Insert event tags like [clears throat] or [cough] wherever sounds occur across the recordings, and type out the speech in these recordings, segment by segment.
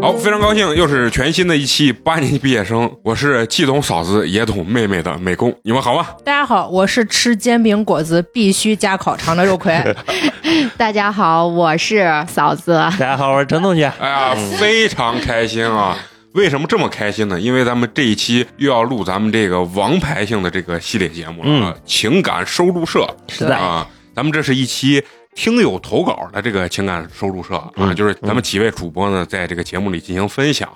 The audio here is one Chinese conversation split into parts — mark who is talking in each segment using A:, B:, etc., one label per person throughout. A: 好，非常高兴，又是全新的一期八年级毕业生，我是既懂嫂子也懂妹妹的美工，你们好吗？
B: 大家好，我是吃煎饼果子必须加烤肠的肉葵。
C: [laughs] 大家好，我是嫂子。
D: 大家好，我是陈同学。
A: 哎呀，
D: 嗯
A: 非常开心啊！为什么这么开心呢？因为咱们这一期又要录咱们这个王牌性的这个系列节目了，啊，情感收录社
D: 嗯是的
A: 啊，咱们这是一期。听友投稿的这个情感收录社啊，
D: 嗯
A: 就是咱们几位主播呢，在这个节目里进行分享。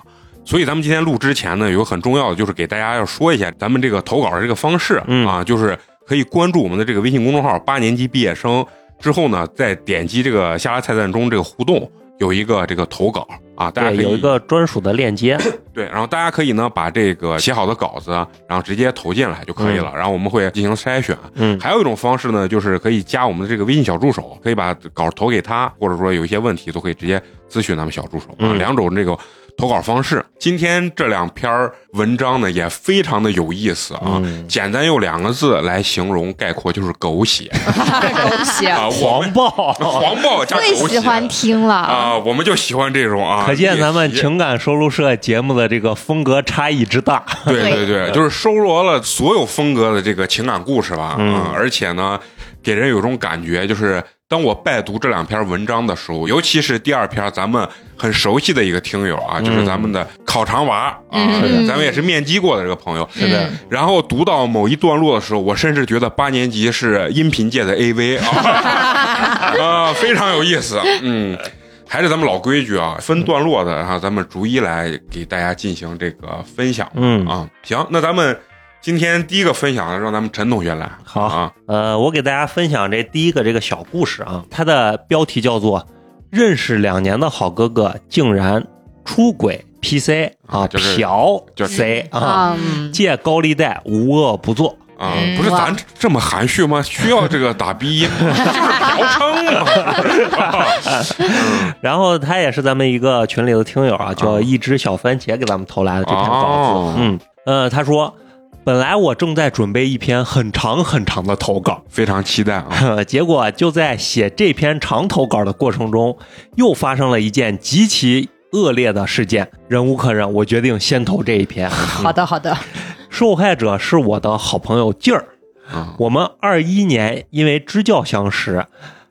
A: 所以咱们今天录之前呢，有个很重要的就是给大家要说一下咱们这个投稿的这个方式、
D: 嗯
A: 啊，就是可以关注我们的这个微信公众号“八年级毕业生”，之后呢，再点击这个下拉菜单中这个互动有一个这个投稿啊，大家可
D: 对，
A: 以
D: 有一个专属的链 [coughs] 接，
A: 对，然后大家可以呢把这个写好的稿子，啊然后直接投进来就可以了，然后我们会进行筛选。啊
D: 嗯
A: 还有一种方式呢，就是可以加我们的这个微信小助手，可以把稿投给他，或者说有一些问题都可以直接咨询咱们小助手啊。
D: 嗯
A: 两种这个投稿方式。今天这两篇文章呢也非常的有意思啊，
D: 嗯
A: 简单用两个字来形容概括就是狗
D: [laughs]
A: 血
B: 狗血，
A: [laughs] 啊，我
D: 黄
A: 们
D: 暴。
A: 黄暴加
C: 最
A: 狗
C: 喜
A: 血
C: 欢听了，
A: 啊，我们就喜欢这种啊，
D: 可见咱们
A: 猎奇
D: 情感收录社节目的这个风格差异之大。
C: [laughs]
A: 对对
C: 对
A: 对，就是收罗了所有风格的这个情感故事吧，
D: 嗯
A: 啊而且呢，给人有种感觉，就是当我拜读这两篇文章的时候，尤其是第二篇，咱们很熟悉的一个听友啊，就是咱们的烤肠娃啊，
C: 嗯是的
A: 咱们也是面基过的这个朋友，
C: 是的嗯
A: 然后读到某一段落的时候，我甚至觉得八年级是音频界的 AV 啊， [laughs] 啊，非常有意思，嗯。还是咱们老规矩啊，分段落的，然后咱们逐一来给大家进行这个分享。
D: 嗯
A: 啊，行，那咱们今天第一个分享的，让咱们陈同学来。
D: 好
A: 啊，
D: 呃，我给大家分享这第一个这个小故事啊，它的标题叫做《认识两年的好哥哥竟然出轨 PC
A: 啊
D: 啊
A: 就是
D: 嫖
A: 就是
D: 贼啊，
C: 嗯，
D: 借高利贷无恶不作》。
A: 啊，
B: 嗯
A: 不是
C: 哇
A: 咱这么含蓄吗？需要这个打鼻音
B: [laughs]
A: 吗，就是嫖娼嘛。是不是啊
D: 然后他也是咱们一个群里的听友啊，叫一只小番茄给咱们投来的这篇稿
B: 啊
A: 哦
D: 子。嗯，呃，他说，本来我正在准备一篇很长很长的投稿， [laughs]
A: 非常期待啊！
D: 结果就在写这篇长投稿的过程中，又发生了一件极其。恶劣的事件，忍无可忍，我决定先投这一篇。嗯
B: 好的好的，
D: 受害者是我的好朋友静儿，
A: 啊
D: 我们二一年因为支教相识，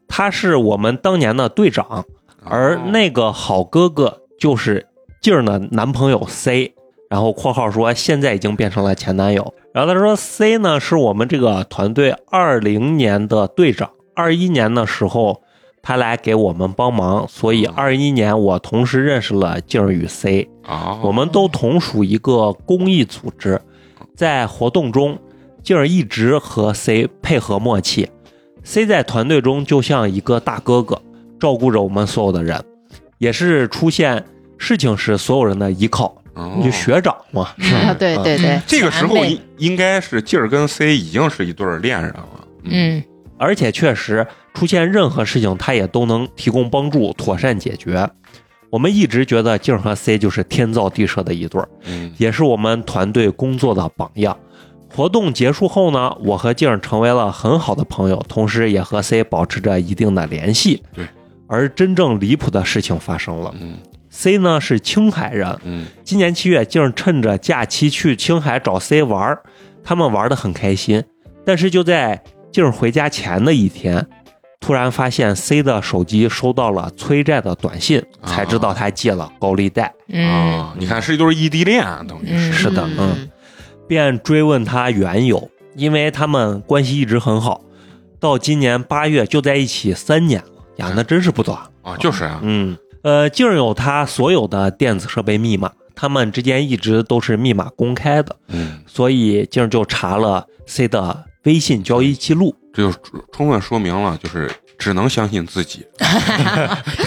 D: 他是我们当年的队长，
A: 哦啊
D: 而那个好哥哥就是静儿的男朋友 C，然后括号说现在已经变成了前男友。然后他说 C 呢是我们这个团队二零年的队长，二一年的时候他来给我们帮忙，所以二一年我同时认识了静儿与 C。
A: 啊，
D: 我们都同属一个公益组织，在活动中，静儿一直和 C 配合默契。C 在团队中就像一个大哥哥，照顾着我们所有的人，也是出现事情时所有人的依靠。
A: 哦
D: 你就学长嘛， [laughs] 嗯是吧
C: 啊对对对，
A: 嗯这个时候
B: 前辈
A: 应应该是劲儿跟 C 已经是一对儿恋人了。
B: 嗯，
D: 而且确实出现任何事情，他也都能提供帮助，妥善解决。我们一直觉得静儿和 C 就是天造地设的一对儿。
A: 嗯
D: 也是我们团队工作的榜样。活动结束后呢，我和静儿成为了很好的朋友，同时也和 C 保持着一定的联系。
A: 对，
D: 而真正离谱的事情发生了
A: 嗯
D: ，C 呢是青海人，
A: 嗯
D: 今年七月，静儿趁着假期去青海找 C 玩儿，他们玩的很开心。但是就在静儿回家前的一天，突然发现 C 的手机收到了催债的短信，才知道他借了高利贷。
A: 嗯
B: 嗯，
A: 啊，你看是一对儿异地恋，啊等于是
B: 嗯
D: 是的，嗯。
C: 嗯
D: 便追问他缘由，因为他们关系一直很好，到今年八月就在一起三年了呀，那真是不短。
A: 啊，就是啊，
D: 嗯，呃，静儿有他所有的电子设备密码，他们之间一直都是密码公开的，
A: 嗯，
D: 所以静儿就查了 C 的微信交易记录。
A: 这就充分说明了，就是只能相信自
B: [laughs]
A: 己，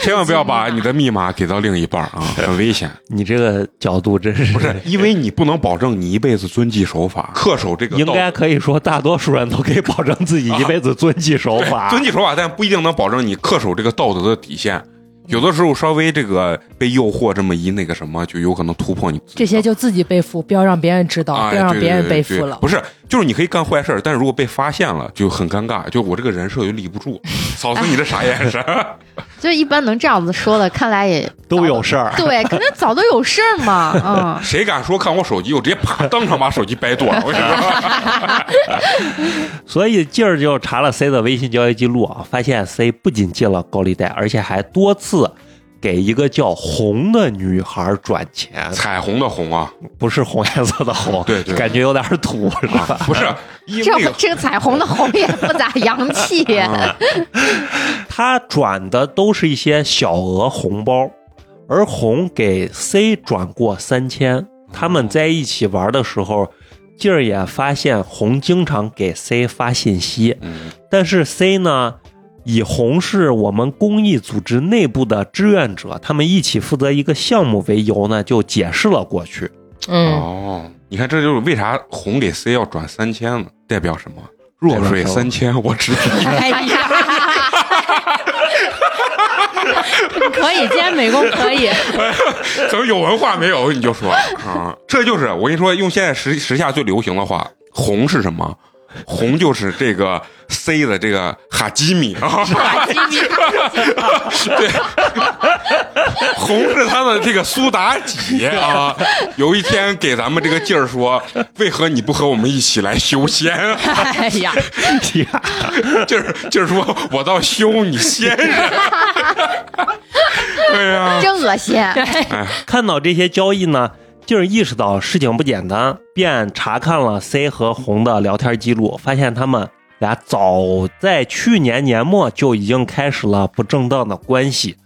A: 千万不要把你的密码给到另一半啊，很危险。
D: 你这个角度真是
A: 不是，因为你不能保证你一辈子遵纪守法，恪守这个
D: 应
A: 道
D: 该可以说大多数人都可以保证自己一辈子遵纪守法。
A: 啊遵纪守法，但不一定能保证你恪守这个道德的底线。有的时候稍微这个被诱惑这么一那个什么，就有可能突破你自己
B: 这些就自己背负，不要让别人知道，
A: 啊，
B: 不要哦让
A: 对
B: 别人
A: 对
B: 背
A: 对
B: 负了。
A: 不是，就是你可以干坏事儿，但是如果被发现了就很尴尬，就我这个人设就立不
B: [laughs]
A: 住。嫂子，你这啥眼神？
C: 就一般能这样子说的，看来也
E: 都有事儿。
C: 对，可能早都有事儿嘛，嗯
A: 谁敢说看我手机，我直接啪当场把手机掰断。我跟你说，
D: 所以劲儿就查了 C 的微信交易记录啊，发现 C 不仅借了高利贷，而且还多次给一个叫红的女孩转钱，
A: 彩虹的红啊，
D: 不是红颜色的红，
A: 对对
D: 感觉有点土是吧？
A: 啊 [laughs] 不是，因为
C: 嗯，
A: 那
C: 这
A: 个
C: 这个彩虹的红也不咋洋气，
A: 啊
D: 他转的都是一些小额红包，而红给 C 转过三千。他们在一起玩的时候，劲儿也发现红经常给 C 发信息，
A: 嗯
D: 但是 C 呢，以红是我们公益组织内部的志愿者，他们一起负责一个项目为由呢，就解释了过去。
B: 嗯，
A: 哦，你看这就是为啥红给 C 要转三千了，代表什么？弱水三千，我只
B: 哎呀， [laughs] 可以，今天美工可
A: [laughs]
B: 以，
A: 怎么有文化没有？你就说啊，这就是我跟你说，用现在时时下最流行的话，红是什么？红就是这个 C 的这个哈基米啊，哈基米，对，红是他的这个苏妲己啊。 [laughs] 有一天给咱们这个劲儿说，为何你不和我们一起来修仙？啊 [laughs]
B: 哎呀，
A: 劲儿劲儿说，我倒修你仙人。 [laughs] 哎呀，
C: [laughs] 真恶
A: [laughs]
C: 心。
D: 看到这些交易呢，劲儿意识到事情不简单，便查看了 C 和红的聊天记录，发现他们俩早在去年年末就已经开始了不正当的关系。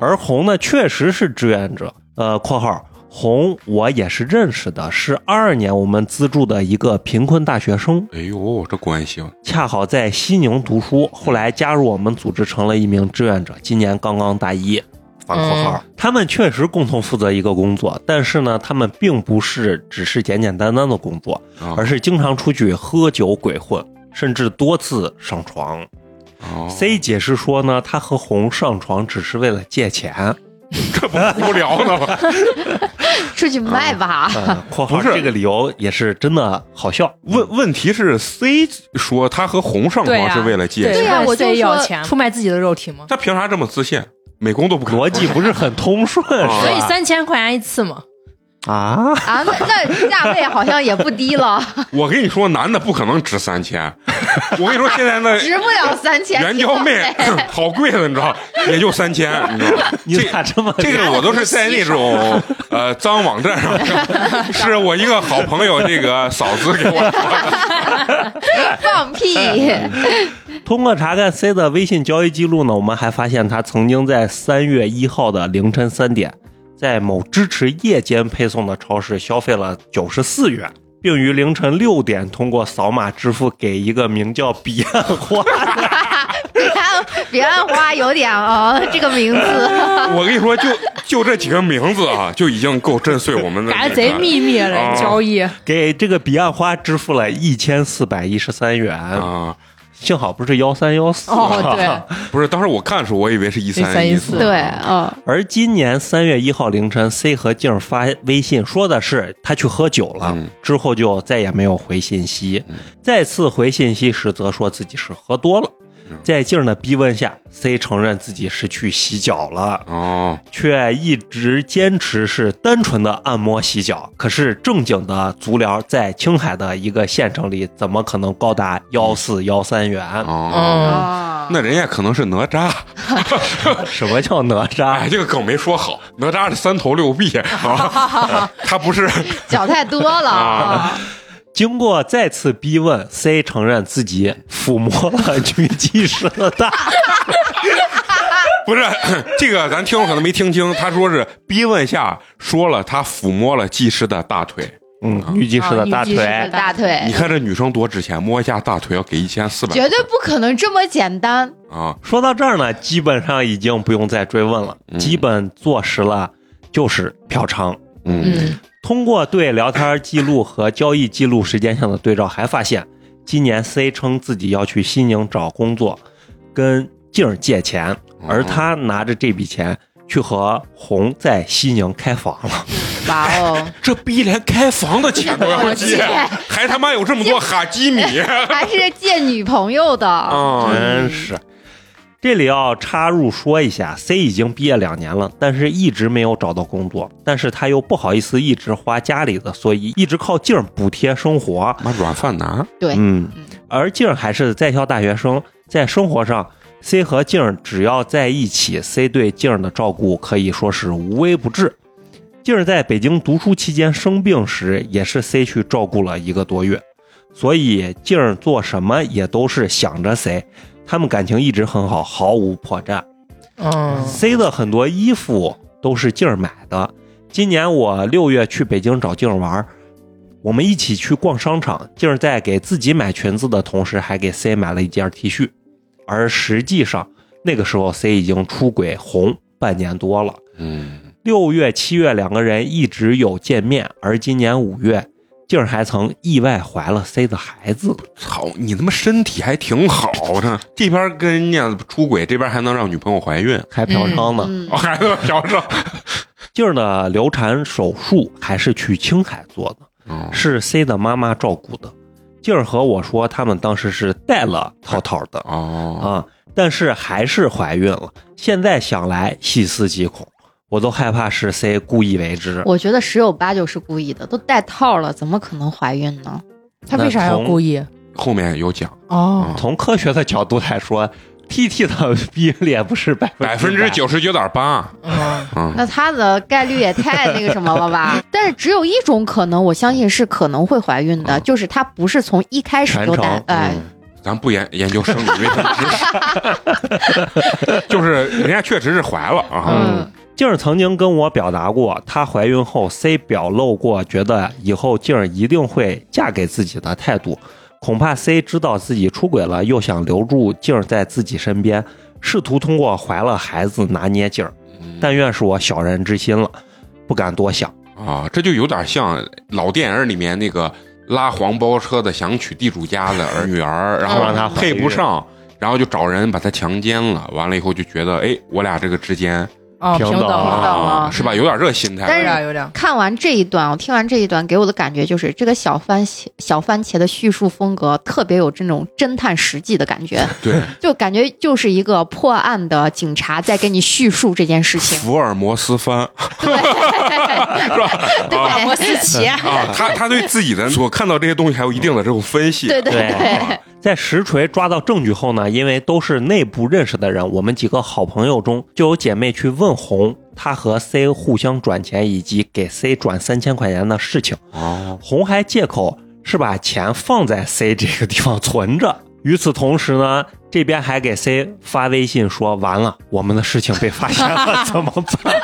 D: 而红呢，确实是志愿者。呃，括号红我也是认识的，是二二年我们资助的一个贫困大学生，
A: 哎呦，这关系啊！
D: 恰好在西宁读书，后来加入我们组织成了一名志愿者，今年刚刚大一。反括号，他们确实共同负责一个工作，但是呢，他们并不是只是简简单单的工作，
A: 啊
D: 而是经常出去喝酒鬼混，甚至多次上床。
A: 哦
D: C 解释说呢，他和红上床只是为了借钱。
A: [laughs] 这不无聊呢吗？
C: 出去卖吧。
D: 嗯，括号
A: 不是
D: 这个理由也是真的好笑。
A: [laughs] 问问题是 C 说他和红上
B: 对
A: 床
B: 呀，
A: 是为了借
B: 对
A: 钱，
C: 呀我就
B: 所以要
C: 说
B: 钱出卖自己的肉体吗？
A: 他凭啥这么自信？美工都不敢
D: 逻辑不是很通顺，是 [laughs] 吧？
A: 啊
B: 所以三千块钱一次嘛，
D: 啊，
C: 啊，那那价位好像也不低了，
A: 我跟你说，男的不可能值三千。我跟你说，现在那
C: 值不了三千。
A: 援交妹 [laughs] 好贵的，你知道，也就三千，你知道吗。
D: 你咋这么
A: 这个我都是在那种呃脏网站上看，是我一个好朋友这个嫂子给我
C: 放屁！ [laughs]
D: 通过查看 C 的微信交易记录呢，我们还发现他曾经在三月一号的凌晨三点，在某支持夜间配送的超市消费了九十四元，并于凌晨六点通过扫码支付给一个名叫彼岸花的。
C: 彼岸彼岸花有点哦，这个名字
A: 我跟你说，就就这几个名字啊，就已经够震碎我们的
B: 感
A: 那
B: 觉
A: 个。
B: 贼秘密了，
A: 啊
B: 你交
C: 哦
B: 易。
D: 给这个彼岸花支付了一千四百一十三元，
A: 啊！
D: 幸好不是幺三幺四。啊
B: 哦，对，
A: 不是，当时我看的时候，我以为是一三
B: 13
A: 一
B: 一
A: 四。啊
B: 四
C: 对，嗯，
D: 而今年三月一号凌晨，C 和静儿发微信说的是他去喝酒了，
A: 嗯
D: 之后就再也没有回信息。再次回信息时，则说自己是喝多了。
A: 嗯
D: 在静儿的逼问下，C 承认自己是去洗脚了，
A: 哦，
D: 却一直坚持是单纯的按摩洗脚。可是正经的足疗在青海的一个县城里，怎么可能高达幺四幺三元？
A: 哦，
B: 嗯，
C: 哦，
A: 那人家可能是哪吒，
D: 什么叫哪
A: 哎，
D: 吒？
A: 这个梗没说好，哪吒是三头六臂
B: [laughs]
A: 啊，他不是
C: 脚太多了。
A: 啊
C: 啊
D: 经过再次逼问，C 承认自己抚摸了女技师的大
A: 不是 [clears throat] 这个，咱听众可能没听清，他说是逼问下说了，他抚摸了技师的大腿。
D: 嗯，女技师的大
B: 啊
D: 腿。
B: 女技师
C: 大
A: 你
C: 腿
A: 看这女生多值钱，摸一下大腿要给一千四百
C: 绝对不可能这么简单，
A: 啊！
D: 说到这儿呢，基本上已经不用再追问了，基本坐实了就是嫖娼。
A: 嗯，
B: 嗯，
D: 通过对聊天记录和交易记录时间上的对照，还发现今年 C 称自己要去西宁找工作，跟静儿借钱，而他拿着这笔钱去和红在西宁开房了。
B: 哇哦，
A: 这逼连开房的钱都要借
C: 借，
A: 还他妈有这么多哈基 [laughs] 米
C: 还是见女朋友的，
A: 啊！
D: 真是。这里要插入说一下，C 已经毕业两年了，但是一直没有找到工作，但是他又不好意思一直花家里的，所以一直靠劲儿补贴生活。
A: 妈软饭男，
C: 对
D: 嗯，而静儿还是在校大学生，在生活上，C 和静儿只要在一起，C 对静儿的照顾可以说是无微不至。静儿在北京读书期间生病时，也是 C 去照顾了一个多月，所以静儿做什么也都是想着谁，他们感情一直很好，毫无破绽。
B: 嗯
D: C 的很多衣服都是静儿买的。今年我六月去北京找静儿玩儿，我们一起去逛商场。静儿在给自己买裙子的同时，还给 C 买了一件 T 恤。而实际上，那个时候 C 已经出轨红半年多了。
A: 嗯，
D: 六月、七月两个人一直有见面，而今年五月，静儿还曾意外怀了 C 的孩子。
A: 操，你他妈身体还挺好的，这边跟人家出轨，这边还能让女朋友怀孕，
D: 还嫖娼呢，
C: 嗯
A: 哦，，还能嫖娼。
D: 静儿的流产手术还是去青海做的，
A: 嗯
D: 是 C 的妈妈照顾的。静儿和我说，他们当时是带了套套的
A: 哎哦，
D: 啊，但是还是怀孕了。现在想来，细思极恐，我都害怕是 C 故意为之。
C: 我觉得十有八九是故意的，都带套了，怎么可能怀孕呢？
B: 他为啥要故意？
A: 后面有讲，
B: 哦，
D: 从科学的角度来说，TT 的 [laughs] 比例也不是百
A: 百分之
D: 百。
A: 九十九点八，
B: 嗯
A: 嗯，
C: 那他的概率也太那个什么了吧？但是只有一种可能，我相信是可能会怀孕的，
A: 嗯
C: 就是她不是从一开始就
D: 全
C: 带
D: 程，
C: 哎，
A: 咱不研研究生理卫生知识， [laughs] 就是人家确实是怀了啊，
D: 嗯，静儿曾经跟我表达过，她怀孕后 C 表露过觉得以后静儿一定会嫁给自己的态度，恐怕 C 知道自己出轨了，又想留住静儿在自己身边，试图通过怀了孩子拿捏静儿。但愿是我小人之心了，不敢多想。
A: 啊，这就有点像老电影里面那个拉黄包车的想娶地主家的
C: [laughs]
A: 儿女儿，然后
D: 让她怀
A: 配
D: 孕
A: 不上，然后就找人把她强奸了，完了以后就觉得，哎，我俩这个之间
B: 哦，
D: 平
B: 平等
D: 等平
B: 了，
C: 等
A: 啊，
C: 了嗯
A: 是吧？有点这心
B: 有
C: 但
A: 态
C: 是。
B: 点有点，
C: 看完这一段，我听完这一段，给我的感觉就是这个小番茄小番茄的叙述风格特别有这种侦探实际的感觉，
A: 对，
C: 就感觉就是一个破案的警察在给你叙述这件事
A: [laughs]
C: 情。
A: 福尔摩斯番
C: 对
B: 摩斯奇，
A: 啊，他他对自己的所看到这些东西还有一定的这种分析，
C: 对对对，
D: 在实锤抓到证据后呢，因为都是内部认识的人，我们几个好朋友中就有姐妹去问红，她和 C 互相转钱以及给 C 转三千块钱的事情。
A: 哦，
D: 红还借口是把钱放在 C 这个地方存着。与此同时呢，这边还给 C 发微信说：“完了，我们的事情被发现了，怎么办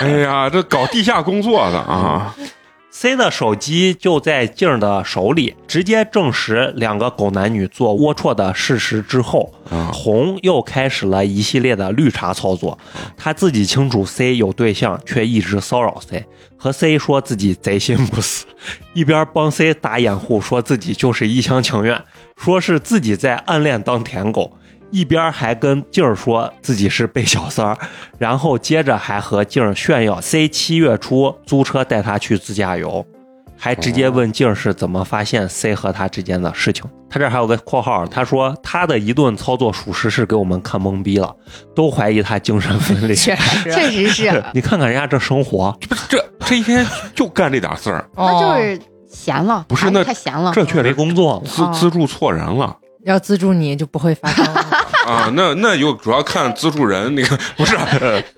A: 哎呀，这搞地下工作的啊，
C: 嗯
D: ？”C 的手机就在静儿的手里，直接证实两个狗男女做龌龊的事实之后，
A: 啊
D: 红又开始了一系列的绿茶操作。他自己清楚 C 有对象，却一直骚扰 C，和 C 说自己贼心不死，一边帮 C 打掩护，说自己就是一厢情愿，说是自己在暗恋当舔狗，一边还跟静儿说自己是被小三儿，然后接着还和静儿炫
B: 嗯
D: 耀 C 七月初租车带他去自驾
B: 哦
D: 游。还直接问静儿是怎么发现 C 和他之间的事情。他这儿还有个括号，他说他的一顿操作属实是给我们看懵逼了，都怀疑他精神分裂。
B: 确实，啊
C: 确实是，
D: [laughs] 你看看人家这
B: [laughs]
D: 生活，
A: 这不是这这一天就干这点事儿，
C: 那
B: 哦
C: 就是闲了，
A: 不是
C: 孩子
A: 那
C: 太闲了，
A: 这确
D: 没
A: 实
D: 工作
B: [laughs]
D: 了。
A: 资
C: 哦
A: 资助错人了。
B: 要资助你就不会发生了。 [laughs]
A: 啊，那那就主要看资助人那个， [laughs] 不是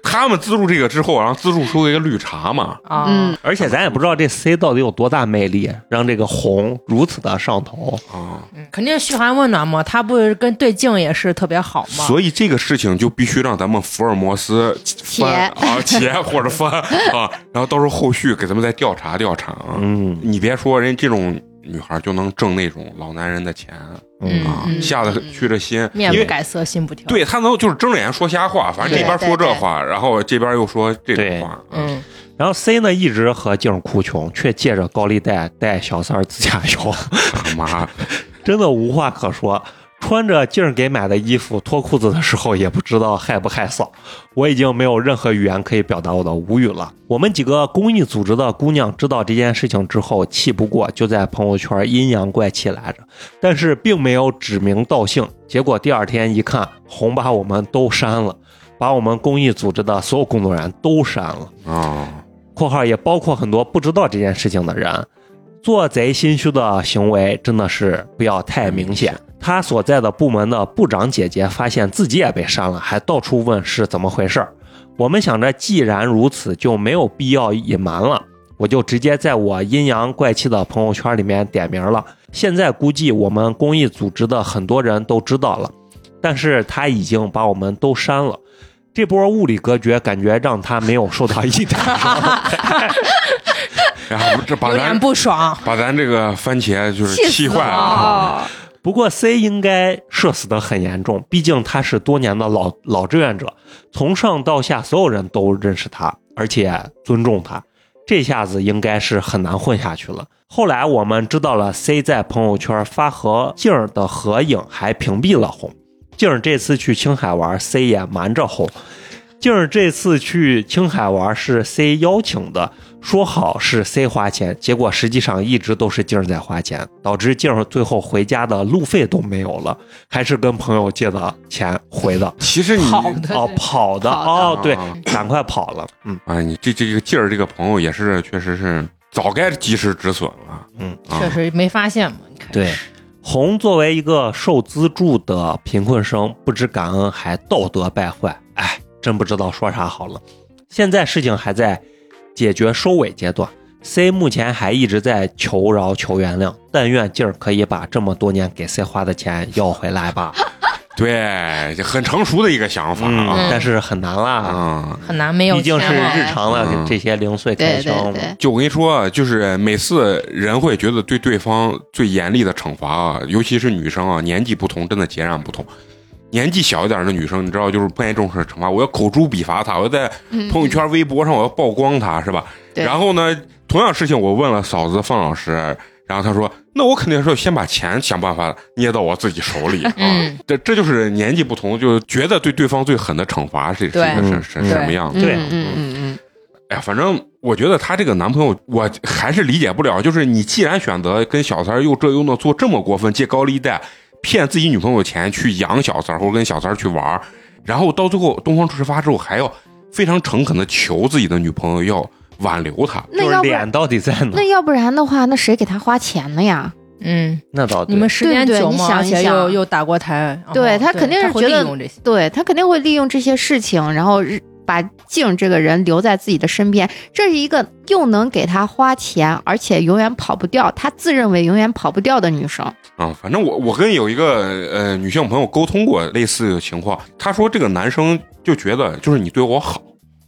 A: 他们资助这个之后，然后资助出一个绿茶嘛，
B: 啊
C: 嗯，
D: 而且咱也不知道这 C 到底有多大魅力，让这个红如此的上头。
A: 啊，
B: 嗯肯定嘘寒问暖嘛，他不是跟对镜也是特别好嘛。
A: 所以这个事情就必须让咱们福尔摩斯
C: 且
A: 翻啊且或者翻啊，然后到时候后续给咱们再调查调查啊。
D: 嗯，
A: 你别说，人家这种女孩就能挣那种老男人的钱
D: 嗯
A: 啊，
C: 嗯
A: 下得去这心，
B: 面
A: 因
B: 不
A: 为
B: 改色心不跳。，
A: 对他能就是睁着眼说瞎话，反正这边说这话，然后这边又说这种
D: 对
A: 话，
B: 嗯，
D: 然后 C 呢一直和静儿哭穷，却借着高利贷带小三儿自驾游。
A: 啊他妈
D: 真的无话可说。穿着静儿给买的衣服脱裤子的时候，也不知道害不害臊。我已经没有任何语言可以表达我的无语了。我们几个公益组织的姑娘知道这件事情之后，气不过，就在朋友圈阴阳怪气来着，但是并没有指名道姓。结果第二天一看，红把我们都删了，把我们公益组织的所有工作人员都删了。
A: 啊，
D: （括号也包括很多不知道这件事情的人）。做贼心虚的行为真的是不要太明显。他所在的部门的部长姐姐发现自己也被删了，还到处问是怎么回事儿。我们想着，既然如此，就没有必要隐瞒了，我就直接在我阴阳怪气的朋友圈里面点名了。现在估计我们公益组织的很多人都知道了，但是他已经把我们都删了。这波物理隔绝感觉让他没有受到一点伤害。
A: 然后这把
B: 有点
A: 咱
B: 不爽。
A: 把咱这个番茄就是
B: 气死
A: 气坏了。
B: 了
C: 哦，
D: 不过 C 应该社死的很严重，毕竟他是多年的老老志愿者，从上到下所有人都认识他，而且尊重他。这下子应该是很难混下去了。后来我们知道了 C 在朋友圈发和静儿的合影，还屏蔽了红。静儿这次去青海玩，C 也瞒着红。静儿这次去青海玩是 C 邀请的，说好是 C 花钱，结果实际上一直都是静儿在花钱，导致静儿最后回家的路费都没有了，还是跟朋友借的钱回的。
A: 其实你
B: 好的
D: 哦，跑的
C: 跑
D: 哦，对
A: 啊，
D: 赶快跑了。嗯，
A: 哎，你这这个劲儿，这个朋友也是，确实是早该及时止损了。
D: 嗯
A: 啊，
B: 确实没发现嘛，你看
D: 对，红作为一个受资助的贫困生，不知感恩还道德败坏，哎，真不知道说啥好了。现在事情还在解决收尾阶段，C 目前还一直在求饶求原谅，但愿静儿可以把这么多年给 C 花的钱要回来吧。
A: 对，这很成熟的一个想法
D: 嗯
A: 啊。
D: 但是很难
B: 嗯
D: 啦，
A: 啊，
B: 很难没有
D: 毕竟是
B: 钱了
D: 日常的
A: 嗯
D: 这些零碎开
C: 对
D: 销嘛。
C: 对对，
A: 就我跟你说，啊就是每次人会觉得对对方最严厉的惩罚啊，尤其是女生啊，年纪不同，真的截然不同。年纪小一点的女生，你知道，就是不愿意重视惩罚，我要口诛笔伐她，我要在
C: 嗯
A: 朋友圈、微博上我要曝光她，是吧？
C: 对
A: 然后呢，同样事情我问了嫂子方老师，然后他说，那我肯定是先把钱想办法捏到我自己手里啊。
B: 嗯
A: 这这就是年纪不同，就觉得对对方最狠的惩罚是是一
B: 对
A: 个是是
D: 嗯
A: 什么样子。
D: 对
C: 嗯嗯嗯嗯，
A: 哎呀，反正我觉得她这个男朋友，我还是理解不了。就是你既然选择跟小三儿又这又那做这么过分，借高利贷骗自己女朋友钱去养小三儿，或者跟小三儿去玩儿，然后到最后东方迟发之后，还要非常诚恳的求自己的女朋友要挽留他。
C: 那
D: 就是
C: 要不然
D: 脸到底在哪
C: 那？要不然的话，那谁给他花钱呢呀？
B: 嗯，
D: 那倒对
B: 你们时间
C: 对对
B: 久
C: 你
B: 嘛，
C: 想
B: 而且
C: 一想
B: 又又打过台，然后
C: 对他肯定是
B: 会
C: 觉得
B: 利用这些，
C: 对他肯定会利用这些事情，然后日把静这个人留在自己的身边。这是一个又能给他花钱，而且永远跑不掉，他自认为永远跑不掉的女生。
A: 啊、反正我我跟有一个呃女性朋友沟通过类似的情况，她说这个男生就觉得就是你对我好，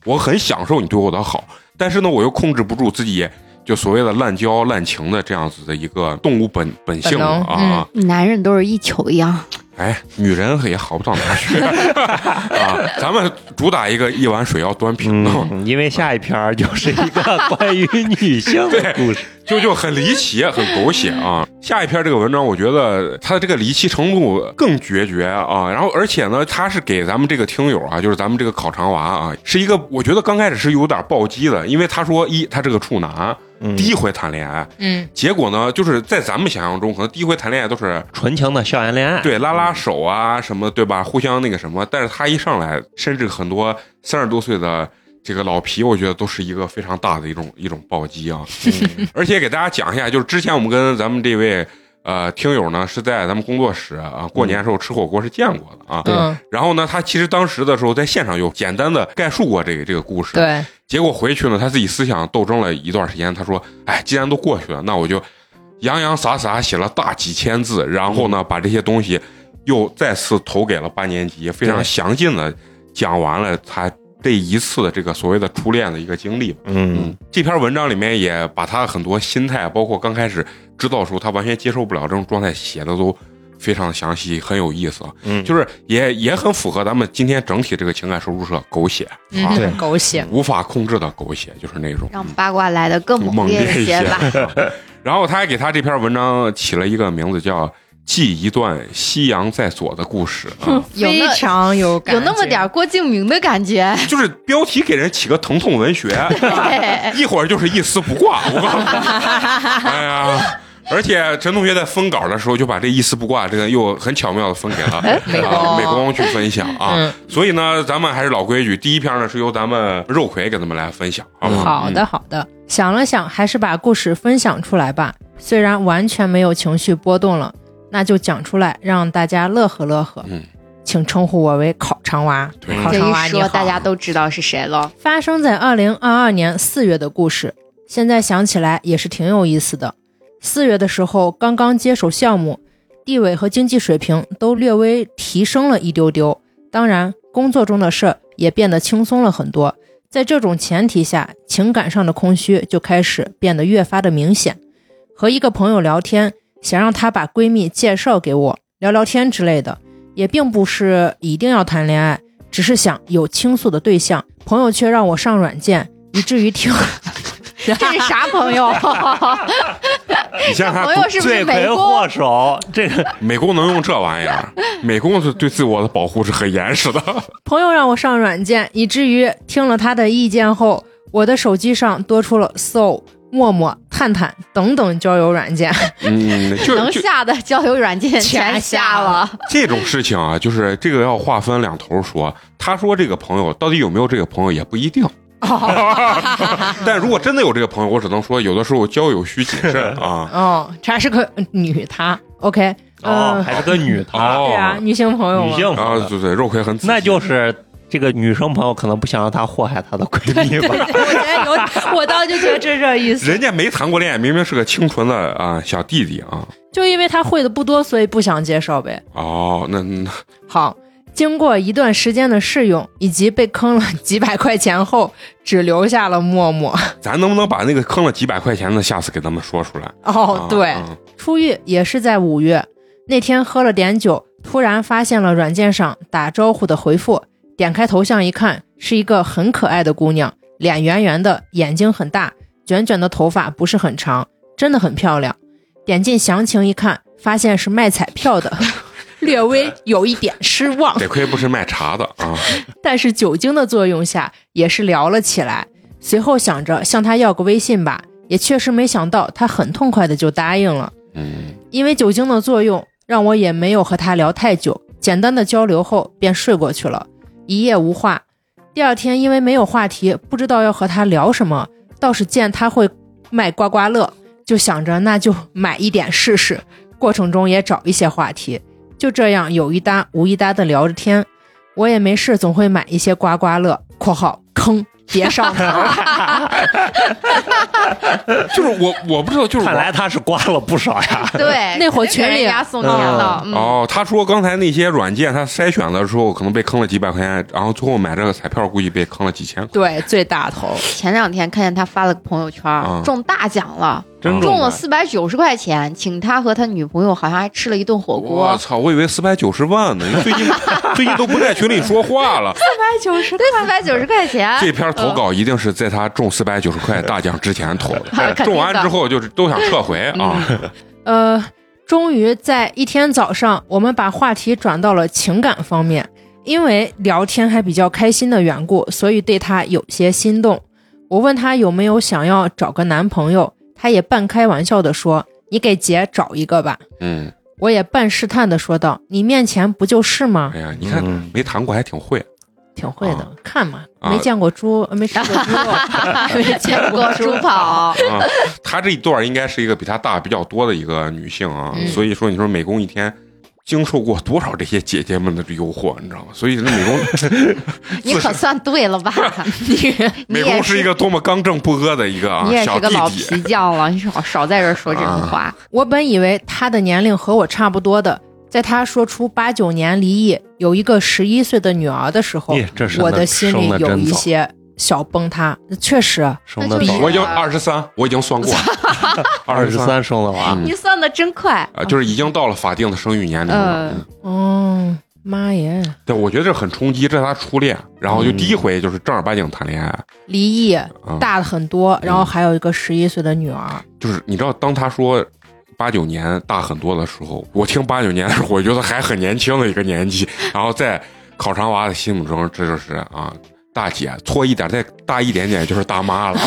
A: 我很享受你对我的好，但是呢我又控制不住自己就所谓的滥交滥情的这样子的一个动物本本性
B: 本能
A: 啊，
C: 男人都是一球一样，
A: 哎，女人也好不到哪去 [laughs] 啊，咱们主打一个一碗水要端平的啊嘛，
D: 嗯，因为下一篇儿就是一个 [laughs] 关于女性的故事。
A: 就就很离奇，很狗血啊！下一篇这个文章，我觉得它的这个离奇程度更决绝啊。然后，而且呢，它是给咱们这个听友啊，就是咱们这个烤肠娃啊，是一个我觉得刚开始是有点暴击的，因为他说一，他是个处男，
D: 嗯
A: 第一回谈恋爱，
B: 嗯，
A: 结果呢，就是在咱们想象中，可能第一回谈恋爱都是
D: 纯情的校园恋爱。
A: 对，拉拉手啊什么，对吧？互相那个什么，但是他一上来，甚至很多三十多岁的这个老皮，我觉得都是一个非常大的一种一种暴击啊。 [laughs] 而且给大家讲一下，就是之前我们跟咱们这位呃听友呢，是在咱们工作室啊，过年的时候吃火锅是见过的啊。
D: 对
B: 嗯，
A: 然后呢，他其实当时的时候在现场有简单的概述过这个这个故事。
B: 对，
A: 结果回去呢，他自己思想斗争了一段时间，他说：“哎，既然都过去了，那我就洋洋洒洒写了大几千字，然后呢，把这些东西又再次投给了八年级，非常
D: 对
A: 详尽的讲完了他这一次的这个所谓的初恋的一个经历。”
D: 嗯，
A: 这篇文章里面也把他很多心态，包括刚开始知道的时候他完全接受不了这种状态，写的都非常详细，很有意思啊。
D: 嗯
A: 就是也也很符合咱们今天整体这个情感收入社狗血啊，
D: 对
B: 嗯，狗血，
A: 无法控制的狗血，就是那种。
C: 让八卦来的更
A: 猛
C: 烈 [laughs]
A: 烈一 [laughs]
C: 些吧。
A: 然后他还给他这篇文章起了一个名字叫记一段夕阳在左的故事啊，
C: [laughs] 有
B: 非
C: 那
B: 常有感
C: 有那么
B: 觉
C: 点儿郭敬明的感觉。
A: 就是标题给人起个疼痛文学，
C: 对
A: 一会儿就是一丝不挂，我告诉你，哎呀。而且陈同学在分稿的时候就把这一丝不挂这个又很巧妙的分给
C: [laughs]
A: 了
C: 哎
B: 美
A: 啊
B: 工
A: 美工去分享啊
B: 嗯，
A: 所以呢，咱们还是老规矩，第一篇呢是由咱们肉葵给咱们来分享，好不好？
B: 好的，好的。想了想，还是把故事分享出来吧。虽然完全没有情绪波动了，那就讲出来，让大家乐呵乐呵。
A: 嗯，
B: 请称呼我为烤肠娃。
A: 对
B: 烤
C: 这
B: 肠
C: 一
B: 娃，你
C: 说
B: 好。
C: 大家都知道是谁 [laughs] 了。
B: 发生在二零二二年四月的故事，现在想起来也是挺有意思的。四月的时候，刚刚接手项目，地位和经济水平都略微提升了一丢丢。当然，工作中的事儿也变得轻松了很多。在这种前提下，情感上的空虚就开始变得越发的明显。和一个朋友聊天，想让她把闺蜜介绍给我，聊聊天之类的，也并不是一定要谈恋爱，只是想有倾诉的对象。朋友却让我上软件，以至于听。 [laughs]
C: 这是啥朋友？ [laughs]
A: 嗯你想想看，
C: 朋友是不
D: 罪
C: 是美
D: 魁
C: 工
D: 祸？首， [laughs] 这个
A: 美工能用这玩意
B: [laughs]
A: 儿，美工是对自我的保护是很严实的。
B: 朋友让我上软件，以至于听了他的意见后，我的手机上多出了 Soul、陌陌、探探等等交友软件。
A: [laughs] 嗯，就
C: 能
A: 就
C: 下的交友软件全下了，
A: 这种事情啊，就是这个要划分两头说。他说这个朋友到底有没有这个朋友也不一定。
B: 哦
A: [laughs] 但如果真的有这个朋友，我只能说，有的时候交友需谨慎
B: [laughs]
A: 啊。
B: [laughs] 哦，这还是个女她。OK，嗯、
D: 哦，还是个女的，
A: 哦
B: 对啊，女性朋友嘛
D: 女性朋
A: 啊，
D: 友，
A: 对对，肉葵很仔细
D: 那就是这个女生朋友可能不想让她祸害她的闺蜜吧？
B: 我觉得有，我当时就觉得这这意思，
A: 人家没谈过恋爱，明明是个清纯的啊小弟弟啊。
B: [laughs] 就因为他会的不多，所以不想介绍呗。
A: 哦，那那
B: 好，经过一段时间的试用，以及被坑了几百块钱后，只留下了陌陌。 [laughs]
A: 咱能不能把那个坑了几百块钱的，下次给咱们说出来？
B: 哦
A: 啊，
B: 对，
A: 啊
B: 出狱也是在五月，那天喝了点酒，突然发现了软件上打招呼的回复，点开头像一看，是一个很可爱的姑娘，脸圆圆的，眼睛很大，卷卷的头发不是很长，真的很漂亮。点进详情一看，发现是卖彩票的， [laughs] 略微有一点失望。
A: 得亏不是卖茶的啊。
B: 但是酒精的作用下也是聊了起来。随后想着向他要个微信吧，也确实没想到他很痛快的就答应了。
A: 嗯，
B: 因为酒精的作用，让我也没有和他聊太久，简单的交流后便睡过去了，一夜无话。第二天因为没有话题，不知道要和他聊什么，倒是见他会卖刮刮乐，就想着那就买一点试试，过程中也找一些话题，就这样有一搭无一搭的聊着天。我也没事，总会买一些刮刮乐（括号坑）。别上头， [laughs]
A: 就是我我不知道，就是
D: 看
A: 我
D: 来她是刮了不少呀。
C: [laughs] 对，
B: 那会儿
C: 给
B: 群里
C: 人家送钱了，嗯，
A: 哦，他说刚才那些软件，他筛选的时候可能被坑了几百块钱，然后最后买这个彩票估计被坑了几千块。
B: 对，最大头。
C: 前两天看见他发了个朋友圈
A: 啊，
C: 中大奖了，
D: 真
C: 中
D: 中
C: 了
D: 了
C: 四百九十块钱，请他和他女朋友好像还吃了一顿火
A: 我
C: 锅，
A: 操！我以为四百九十万呢，你最近最近都不在群里说话了。
B: 九十
C: 对，四百九十块钱，
A: 这篇投稿一定是在他中四百九十块大奖之前投的，
C: 肯定的
A: 中完之后就是都想撤回啊。
B: 呃，终于在一天早上，我们把话题转到了情感方面，因为聊天还比较开心的缘故，所以对他有些心动。我问他有没有想要找个男朋友，他也半开玩笑的说：“你给姐找一个吧。
A: 嗯，”
B: 我也半试探的说道：“你面前不就是吗
A: 哎呀，你看
D: 嗯
A: 没谈过还挺会。？”
B: 挺会的，
A: 啊
B: 看嘛，
A: 啊
B: 没见过猪，呃没吃过猪肉， [laughs] 没见
C: 过猪跑，
A: 啊，她这一段应该是一个比她大比较多的一个女性啊，
B: 嗯
A: 所以说你说美工一天经受过多少这些姐姐们的诱惑，你知道吗？所以那
C: [laughs]
A: 美工，
C: 你可算
A: [laughs]
C: 对了吧？你
A: 美
C: 也
A: 工是一个多么刚正不阿的一个啊
C: 你也
A: 小
C: 是个
A: 弟啊
C: 老
A: 弟。
C: 皮匠了，你少少在这儿说这种话。
B: 我本以为他的年龄和我差不多的，在他说出八九年离异，有一个十一岁的女儿的时候
D: 咦，这是
B: 我的
D: 那
B: 心里
D: 生得
B: 有
D: 真
B: 一
D: 早
B: 些小崩塌。确实，
D: 生的
C: 那就是
D: 早
A: 我已经二十三，我已经
C: [laughs]
A: 算过
D: 二十
A: 23
D: 三生的娃，
A: 嗯
C: 你算的真快，
A: 啊，就是已经到了法定的生育年龄了。
C: 嗯
B: 哦，妈耶，
A: 对，我觉得这很冲击，这是他初恋，然后就
D: 嗯
A: 第一回就是正儿八经谈恋爱。
B: 离异
A: 啊
D: 嗯
B: 大了很多，然后还有一个十一岁的女儿，
A: 就是你知道，当他说。八九年大很多的时候，我听八九年的时候，我觉得还很年轻的一个年纪，然后在考察娃的心目中，这就是啊。大姐，错一点再大一点点就是大妈了。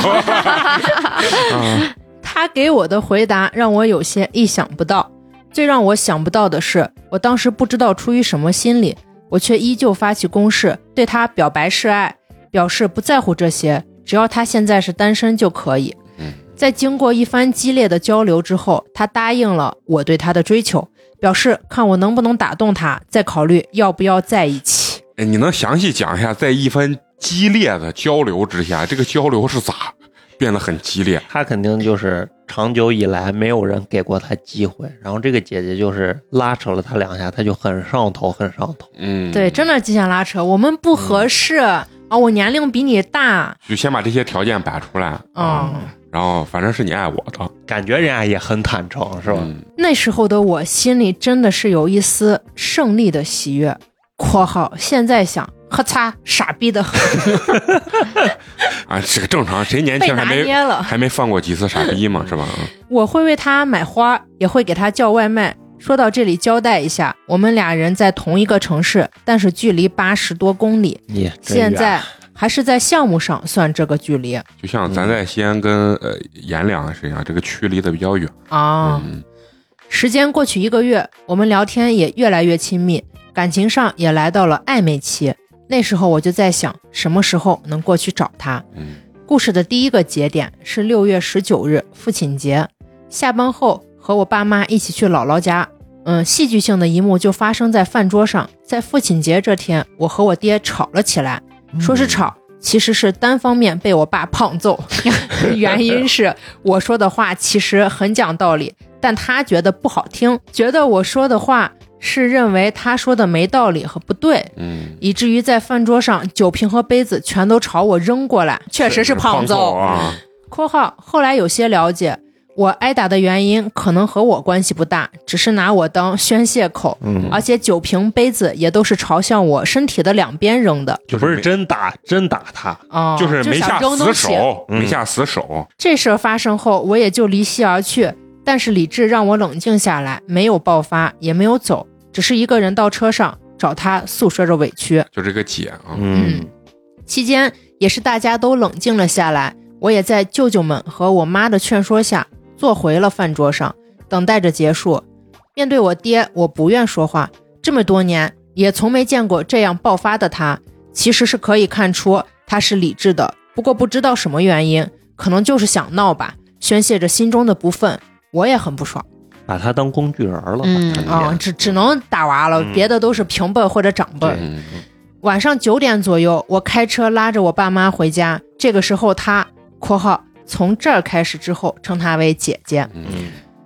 A: [laughs] 啊
B: 他给我的回答让我有些意想不到。最让我想不到的是，我当时不知道出于什么心理，我却依旧发起攻势，对他表白示爱，表示不在乎这些，只要他现在是单身就可以
A: 嗯。
B: 在经过一番激烈的交流之后，他答应了我对他的追求，表示看我能不能打动他，再考虑要不要在一起。
A: 哎你能详细讲一下，在一番激烈的交流之下，这个交流是咋变得很激烈？
D: 他肯定就是长久以来没有人给过他机会，然后这个姐姐就是拉扯了他两下，他就很上头，很上头。
A: 嗯，
B: 对，真的极限拉扯，我们不合适、啊！我年龄比你大，
A: 就先把这些条件摆出来啊，
B: 嗯
A: 然后反正是你爱我的，
D: 感觉人家也很坦诚，是吧？
A: 嗯
B: 那时候的我心里真的是有一丝胜利的喜悦。（括号现在想，咔嚓，傻
A: [laughs]
B: 逼的很，
A: 啊，这个正常，谁年
B: 被
A: 轻还
B: 拿捏
A: 没
B: 了。
A: 还没犯过几次傻逼
B: [laughs]
A: 嘛，是吧？嗯
B: 我会为他买花，也会给他叫外卖。说到这里，交代一下，我们俩人在同一个城市，但是距离八十多公里，
D: 你真远
B: 现在还是在项目上算这个距离
A: 就像咱在西安跟呃阎良是一样，这个区离得比较远。
B: 啊。
A: 嗯，
B: 时间过去一个月，我们聊天也越来越亲密，感情上也来到了暧昧期。那时候我就在想，什么时候能过去找他？
A: 嗯
B: 故事的第一个节点是六月十九日父亲节，下班后和我爸妈一起去姥姥家。嗯，戏剧性的一幕就发生在饭桌上。在父亲节这天，我和我爹吵了起来，说是吵，其实是单方面被我爸胖揍。 [laughs] 原因是我说的话其实很讲道理，但他觉得不好听，觉得我说的话是认为他说的没道理和不对。
A: 嗯，
B: 以至于在饭桌上，酒瓶和杯子全都朝我扔过来，确实是
A: 胖
B: 揍。
A: 啊，
B: （括号后来有些了解，我挨打的原因可能和我关系不大，只是拿我当宣泄口，
D: 嗯，
B: 而且酒瓶、杯子也都是朝向我身体的两边扔的
A: 就
D: 不
A: 是
D: 是
A: 没
D: 真打，真打他，
B: 啊，
A: 就
B: 就是
A: 没下
B: 想扔
A: 死
B: 东西。
A: 手，
D: 嗯
A: 没下死手。
B: 这事儿发生后，我也就离席而去。但是理智让我冷静下来，没有爆发，也没有走，只是一个人到车上找他诉说着委屈。
A: 就这个姐啊，
D: 嗯，
B: 期间也是大家都冷静了下来，我也在舅舅们和我妈的劝说下，坐回了饭桌上，等待着结束。面对我爹，我不愿说话。这么多年也从没见过这样爆发的他，其实是可以看出他是理智的，不过不知道什么原因，可能就是想闹吧，宣泄着心中的不忿。我也很不爽
D: 把他当工具人了。
C: 嗯
D: 把他
B: 啊、
D: 也
B: 只只能打娃了，
D: 嗯
B: 别的都是平辈或者长辈。
A: 嗯，
B: 晚上九点左右，我开车拉着我爸妈回家。这个时候她，他（括号从这儿开始之后称她为姐姐
A: 嗯，），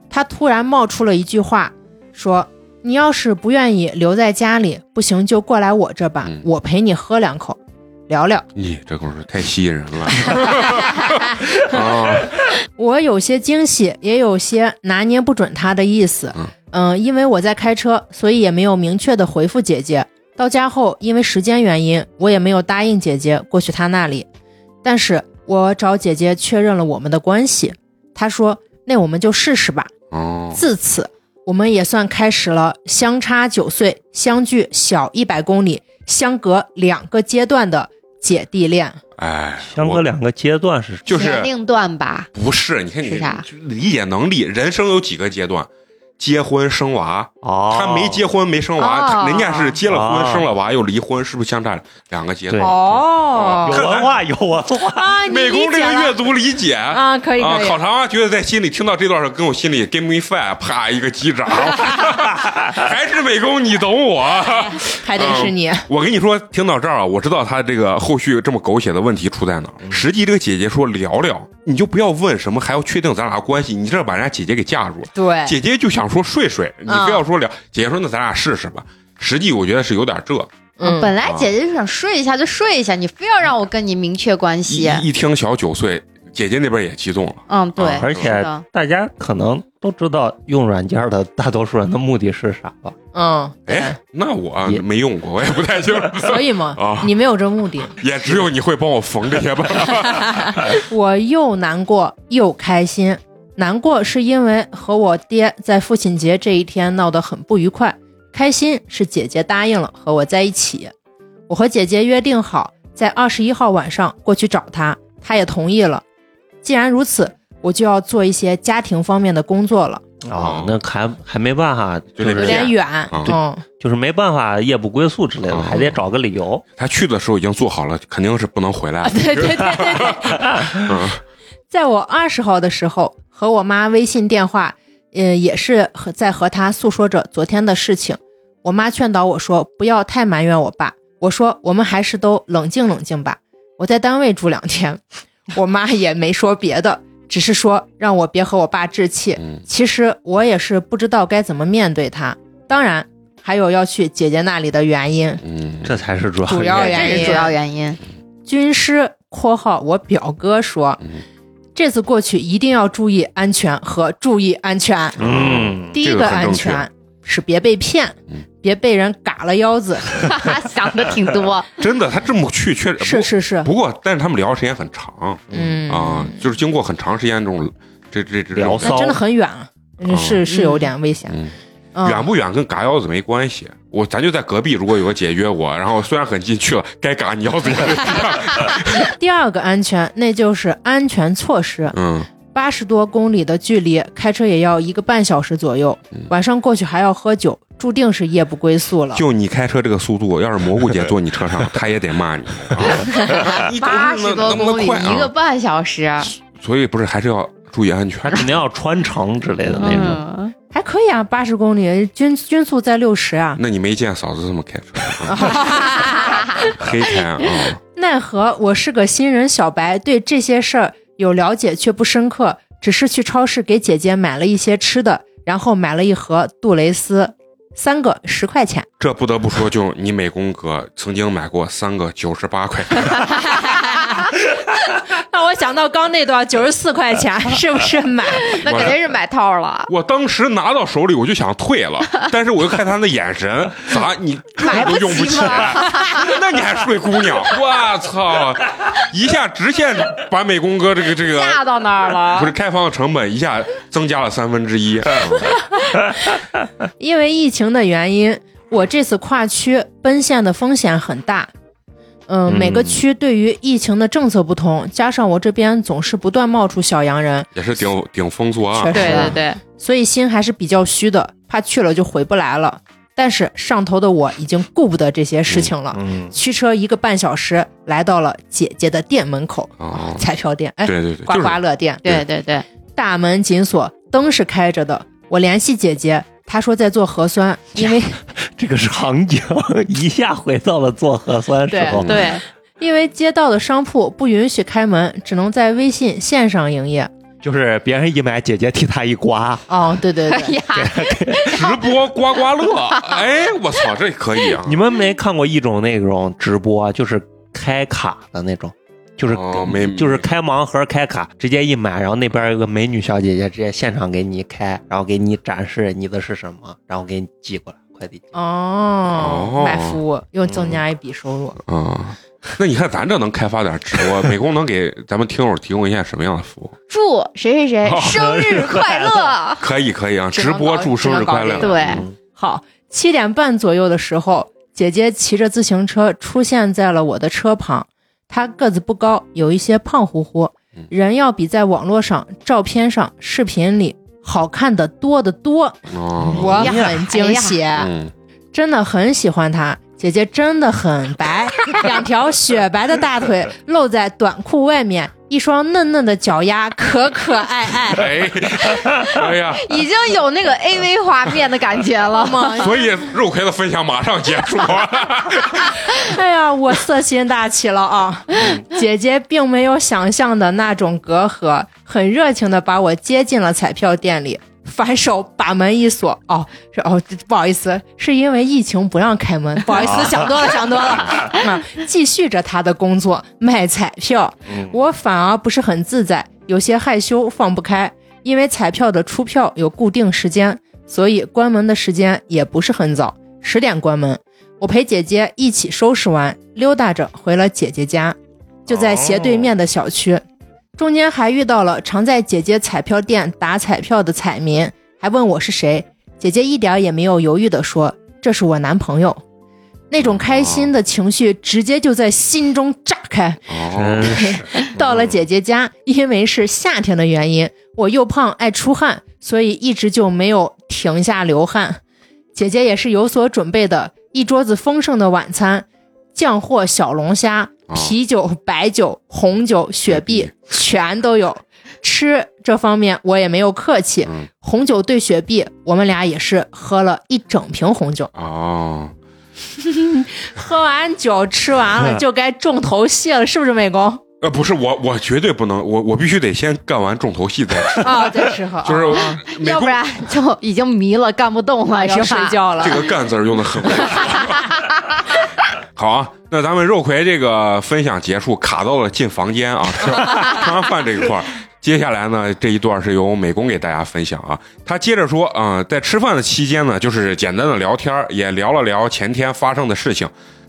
B: 她突然冒出了一句话，说：“你要是不愿意留在家里，不行就过来我这吧
A: 嗯，
B: 我陪你喝两口，聊聊。
A: 你这故事太吸引人了 [laughs] 啊！”
B: 我有些惊喜，也有些拿捏不准她的意思
A: 嗯。
B: 嗯，因为我在开车，所以也没有明确的回复姐姐。到家后，因为时间原因，我也没有答应姐姐过去她那里，但是我找姐姐确认了我们的关系。她说：“那我们就试试吧。”
A: 哦，
B: 自此，我们也算开始了相差九岁、相距小一百公里、相隔两个阶段的姐弟恋。
A: 哎，
D: 相隔
A: 我
D: 两个阶段是
A: 就是
C: 年龄段吧，
A: 不是，你看你
C: 啊是啥
A: 就理解能力，人生有几个阶段？结婚生娃，
D: 哦，
A: 他没结婚没生娃，
C: 哦
A: 他人家是结了婚、
D: 哦
A: 生了娃又离婚，是不是相差两个阶
D: 对
A: 段？
B: 哦
D: 有文化，有文化，
B: 啊，你
A: 美
B: 理
A: 工这
B: 解
A: 个
B: 了
A: 阅读理解啊，
B: 啊，可以可以。
A: 考察完觉得在心里听到这段时候，跟我心里 give me five，啪一个击掌，还是美工，你懂我。
B: 还得是你。
A: 我跟你说，听到这儿啊，我知道他这个后续这么狗血的问题出在哪儿。实际这个姐姐说聊聊，你就不要问什么，还要确定咱俩关系，你这把人家姐姐给架住了。
B: 对
A: 姐姐就想说睡睡，你
B: 嗯
A: 非要说聊，姐姐说那咱俩试试吧。实际我觉得是有点这，
B: 嗯，
C: 啊
A: 啊
C: 本来姐姐就想睡一下就睡一下，你非要让我跟你明确关
A: 一
C: 系，
A: 一听小九岁，姐姐那边也激动了。
C: 嗯，对，
A: 啊
D: 而
C: 是
D: 且
C: 的
D: 大家可能都知道用软件的大多数人的目的是啥吧？
B: 嗯，
A: 哎，那我
D: 也
A: 没用过，我也不太清楚， [laughs]
B: 所以嘛，
A: 啊
B: 你没有这目的，
A: 也只有你会帮我缝这些吧。
B: 我又难过又开心。难过是因为和我爹在父亲节这一天闹得很不愉快，开心是姐姐答应了和我在一起。我和姐姐约定好在二十一号晚上过去找她，她也同意了。既然如此，我就要做一些家庭方面的工作了，
D: 啊，那还还没办法，
A: 哦就
D: 就
A: 得
B: 有
A: 这样
D: 是
B: 点远，
A: 啊
B: 嗯，
D: 就是没办法夜不归宿之类的，
A: 嗯
D: 还得找个理由。
A: 他去的时候已经做好了，肯定是不能回来了。
C: 啊
B: 对对对对对。
A: 嗯
B: 在我二十号的时候，和我妈微信电话，呃，也是和在和她诉说着昨天的事情。我妈劝导我说不要太埋怨我爸，我说我们还是都冷静冷静吧。我在单位住两天， [laughs] 我妈也没说别的，只是说让我别和我爸置气。
A: 嗯，
B: 其实我也是不知道该怎么面对他，当然还有要去姐姐那里的原因。
A: 嗯，
D: 这才是主要
B: 主要
D: 原
B: 原
C: 这
B: 因
C: 是主要原因。 [laughs]
B: 军师（括号我表哥）说
A: 嗯，
B: 这次过去一定要注意安全和注意安全。
D: 嗯，
B: 第一
A: 这个
B: 个
A: 很
B: 安
A: 正确
B: 全是别被骗
A: 嗯，
B: 别被人嘎了腰子。
C: 哈哈，想的挺多，
A: 真的，他这么去确实
B: 是。是是
A: 不，不过，但是他们聊的时间很长
B: 嗯
A: 啊，就是经过很长时间这种这这这
D: 聊
A: 种
D: 骚
B: 那真的很远啊，是是有点危险。
A: 嗯
B: 嗯
A: 远不远跟嘎腰子没关系。我咱就在隔壁，如果有个姐约我，然后虽然很近去了，该嘎你腰子也得嘎。
C: [laughs]
B: 第二个安全，那就是安全措施。
A: 嗯，
B: 八十多公里的距离，开车也要一个半小时左右，
A: 嗯
B: 晚上过去还要喝酒，注定是夜不归宿了。
A: 就你开车这个速度，要是蘑菇姐坐你车上，她也得骂你。啊你
C: [laughs] 八十多
A: 能不
C: 公
A: 能
C: 里，
A: 快啊
C: 一个半小时，
A: 所以不是还是要注意安全
D: 他。肯定要穿城之类的那种。
C: 嗯，
B: 还可以啊，八十公里均均速在六十啊。
A: 那你没见嫂子这么开车，啊
C: [laughs]
A: 黑开啊！
B: 奈何我是个新人小白，对这些事儿有了解却不深刻，只是去超市给姐姐买了一些吃的，然后买了一盒杜蕾斯，三个十块钱。
A: 这不得不说，就你美工哥曾经买过三个九十八块，
B: 让我想到刚那段九十四块钱，是不是买？
C: 那肯定是买
A: [laughs]
C: 套了。
A: 我当时拿到手里我就想退了，但是我又看他那眼神，咋你
C: 买
A: 用都用不
C: 起
A: 起
C: 吗
A: 来？？ [laughs] 那你还睡姑娘？我操！一下直线把美工哥这个这个
C: 嫁到那儿
A: 呃不是
C: 了，
A: 开房的成本一下增加了三分之一。
B: 因为疫情的原因，我这次跨区奔现的风险很大。嗯，
D: 嗯
B: 每个区对于疫情的政策不同，加上我这边总是不断冒出小洋人，
A: 也是顶顶风啊作案
B: 确。
C: 对
B: 实
C: 对对，
B: 所以心还是比较虚的，怕去了就回不来了。但是上头的我已经顾不得这些事情了，
D: 嗯，
B: 驱车一个半小时来到了姐姐的店门口，
A: 哦
B: 彩票店，哎，
A: 对对对，
B: 刮
A: 就是
B: 刮乐店，
C: 对对对，
B: 大门紧锁，灯是开着的。我联系姐姐，她说在做核酸，
A: 哎
B: 因为 [laughs]
D: 这个场景 [laughs] 一下回到了做核酸时候
C: 对。对，
B: 因为街道的商铺不允许开门，只能在微信线上营
A: [laughs]
B: 业。
D: 就是别人一买，姐姐替他一刮，
B: 哦，对对
C: 哎
B: 对，
C: 呀，
A: 直播刮刮乐。哎，我操，这可以啊！
D: 你们没看过一种那种直播，啊就是开卡的那种，就是、
A: 哦没
D: 就是开盲盒开卡，直接一买，然后那边有个美女小姐姐直接现场给你开，然后给你展示你的是什么，然后给你寄过来快递。
B: 哦
A: 哦，
B: 卖服务又增加一笔收入。
A: 啊、那你看咱这能开发点直播，美工能给咱们听友提供一下什么样的服务？
C: 祝谁谁谁
A: 哦
C: 生日
A: [laughs]
C: 快乐！
A: 可以可以啊，
B: 只
A: 直
B: 能搞
A: 播祝生日快
B: 只能搞
A: 乐！
B: 这
C: 对，
D: 嗯
B: 好，七点半左右的时候，姐姐骑着自行车出现在了我的车旁。她个子不高，有一些胖乎乎
A: 嗯，
B: 人要比在网络上、照片上、视频里好看的多得多。
A: 哦，
B: 我
C: 呀
B: 很惊喜，
A: 嗯，
B: 真的很喜欢她。姐姐真的很白，两条雪白的大腿露在短裤外面，一双嫩嫩的脚丫可可爱爱。
A: [laughs] 哎，哎
B: [laughs]
A: 呀，
C: 已经有那个 A V 画面的感觉了。
B: 妈呀
A: 所以肉葵的分享马上结
B: [laughs]
A: 束。哦
B: 哎呀，我色心大起了啊！姐姐并没有想象的那种隔阂，很热情的把我接进了彩票店里，反手把门一锁。哦，是哦，这不好意思，是因为疫情不让开门，不好意思，想多了，想多了。啊，继续着她的工作，卖彩票。我反而不是很自在，有些害羞，放不开，因为彩票的出票有固定时间，所以关门的时间也不是很早，十点关门。我陪姐姐一起收拾完，溜达着回了姐姐家，就在斜对面的小区。中间还遇到了常在姐姐彩票店打彩票的彩民，还问我是谁。姐姐一点也没有犹豫地说：“这是我男朋友。”那种开心的情绪直接就在心中炸开。
A: 哦
D: 真，是
B: 到了姐姐家，因为是夏天的原因，我又胖爱出汗，所以一直就没有停下流汗。姐姐也是有所准备的，一桌子丰盛的晚餐，酱货小龙虾、
A: 哦
B: 啤酒、白酒、红酒、雪碧全都有。吃这方面我也没有客气，
A: 嗯
B: 红酒兑雪碧，我们俩也是喝了一整瓶红酒。
A: 哦，
B: 喝完酒吃完 [laughs] 了就该重头戏了，是不是美工？
A: 呃，不是我，我绝对不能，我我必须得先干完重头戏再吃，
B: 啊，再吃喝， [laughs]
A: 就是
B: 啊
A: 美
C: 要不
A: 工
C: 然就已经迷了，干不动了，
B: 啊
C: 是
B: 要
C: 吧？
B: 睡觉了
A: 这。个“干”字儿用的很不好。好啊，那咱们肉葵这个分享结束，卡到了进房间啊，吃吃完饭这一块儿。接下来呢，这一段是由美工给大家分享啊。他接着说，啊、在吃饭的期间呢，就是简单的聊天儿，也聊了聊前天发生的事情，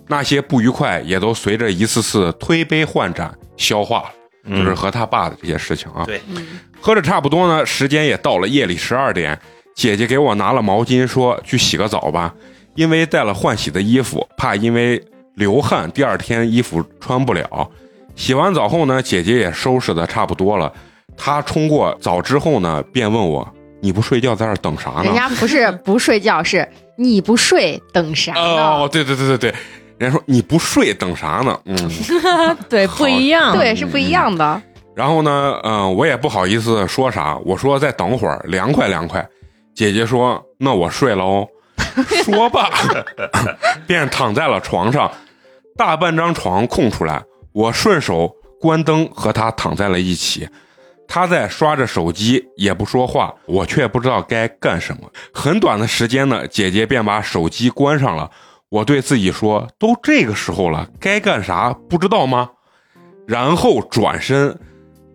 A: 那些不愉快也都随着一次次推杯换盏消化了，就是和他爸的这些事情啊。
D: 对
C: 嗯
A: 喝着差不多呢，时间也到了夜里十二点，姐姐给我拿了毛巾说去洗个澡吧，因为带了换洗的衣服，怕因为流汗第二天衣服穿不了。洗完澡后呢，姐姐也收拾的差不多了，她冲过澡之后呢，便问我：“你不睡觉在这儿等啥呢
C: 人家不是不睡觉，是你不睡等啥？”呢？
A: 哦，对对对对对，人家说你不睡等啥呢？嗯，
B: [laughs] 对，
A: 好
B: 不一样。
C: 对，是不一样的。
A: 然后呢，嗯、我也不好意思说啥，我说再等会儿，凉快凉快。姐姐说：“那我睡了哦。” [laughs] 说罢， [laughs] 便躺在了床上，大半张床空出来，我顺手关灯和她躺在了一起。她在刷着手机，也不说话，我却不知道该干什么。很短的时间呢，姐姐便把手机关上了。我对自己说：“都这个时候了，该干啥不知道吗？”然后转身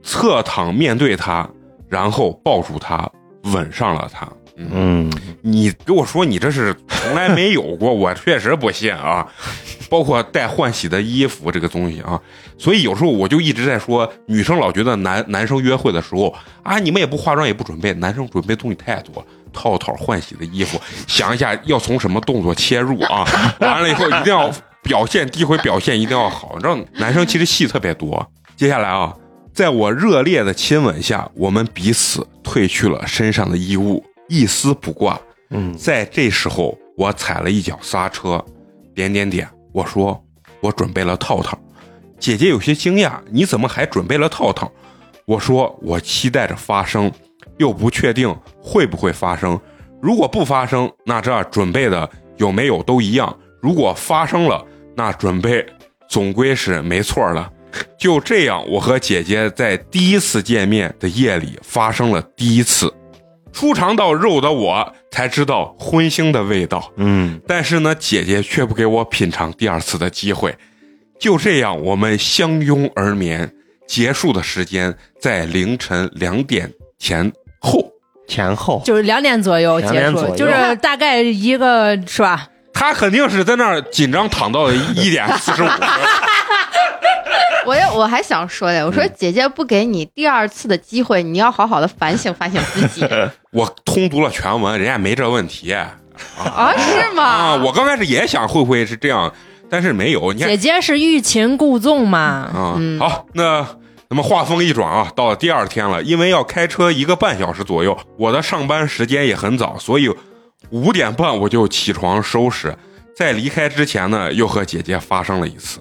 A: 侧躺面对他，然后抱住他，吻上了他。
D: 嗯，
A: 你给我说你这是从来没有过， [laughs] 我确实不信啊。包括带换洗的衣服这个东西啊，所以有时候我就一直在说，女生老觉得男男生约会的时候啊，你们也不化妆也不准备，男生准备东西太多了。套套换洗的衣服，想一下要从什么动作切入啊？ [laughs] 完了以后一定要表现，第一回表现一定要好。你知道男生其实戏特别多。接下来啊，在我热烈的亲吻下，我们彼此褪去了身上的衣物，一丝不挂。
D: 嗯
A: 在这时候，我踩了一脚刹车，点点点，我说我准备了套套。姐姐有些惊讶，你怎么还准备了套套？我说我期待着发生，又不确定会不会发生。如果不发生，那这准备的有没有都一样；如果发生了，那准备总归是没错的。就这样，我和姐姐在第一次见面的夜里发生了第一次。初尝到肉的我才知道荤腥的味道，
D: 嗯，
A: 但是呢，姐姐却不给我品尝第二次的机会。就这样，我们相拥而眠，结束的时间在凌晨两点前后。
D: 前后
B: 就是两点左右
D: 两
B: 结
D: 点
B: 束，
D: 左右
B: 就是大概一个是吧？
A: 他肯定是在那儿紧张躺到一点四十五分，
C: [laughs] 我也我还想说嘞，我
A: 嗯
C: 说姐姐不给你第二次的机会，你要好好的反省反省自
A: [laughs]
C: 己
A: 我通读了全文，人家没这问题啊
C: 啊，是吗？
A: 我刚开始也想会不会是这样，但是没有。你看
B: 姐姐是欲擒故纵嘛，
A: 啊、好，那那么话锋一转啊，到了第二天了，因为要开车一个半小时左右，我的上班时间也很早，所以五点半我就起床收拾，在离开之前呢，又和姐姐发生了一次，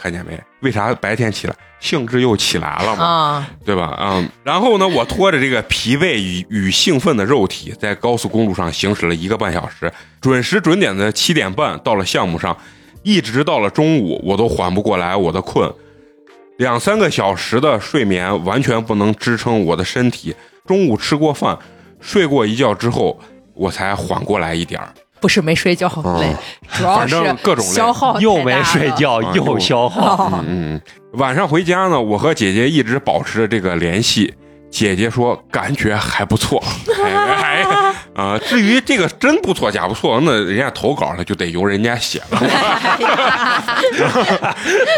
A: 看见没？为啥白天起来兴致又起来了嘛？
B: 啊，
A: 对吧？嗯，然后呢，我拖着这个疲惫与与兴奋的肉体，在高速公路上行驶了一个半小时，准时准点的七点半到了项目上，一直到了中午，我都缓不过来我的困。两三个小时的睡眠完全不能支撑我的身体。中午吃过饭，睡过一觉之后，我才缓过来一点儿。
B: 不是没睡觉累
A: 嗯，
B: 主要
A: 反
B: 是
A: 正各种累
B: 消耗太大了
D: 又没睡。觉
A: 啊
D: 又消耗，
B: 哦，
A: 嗯，晚上回家呢，我和姐姐一直保持着这个联系。姐姐说感觉还不错，哎哎啊、至于这个真不错假不错，那人家投稿了就得由人家写了。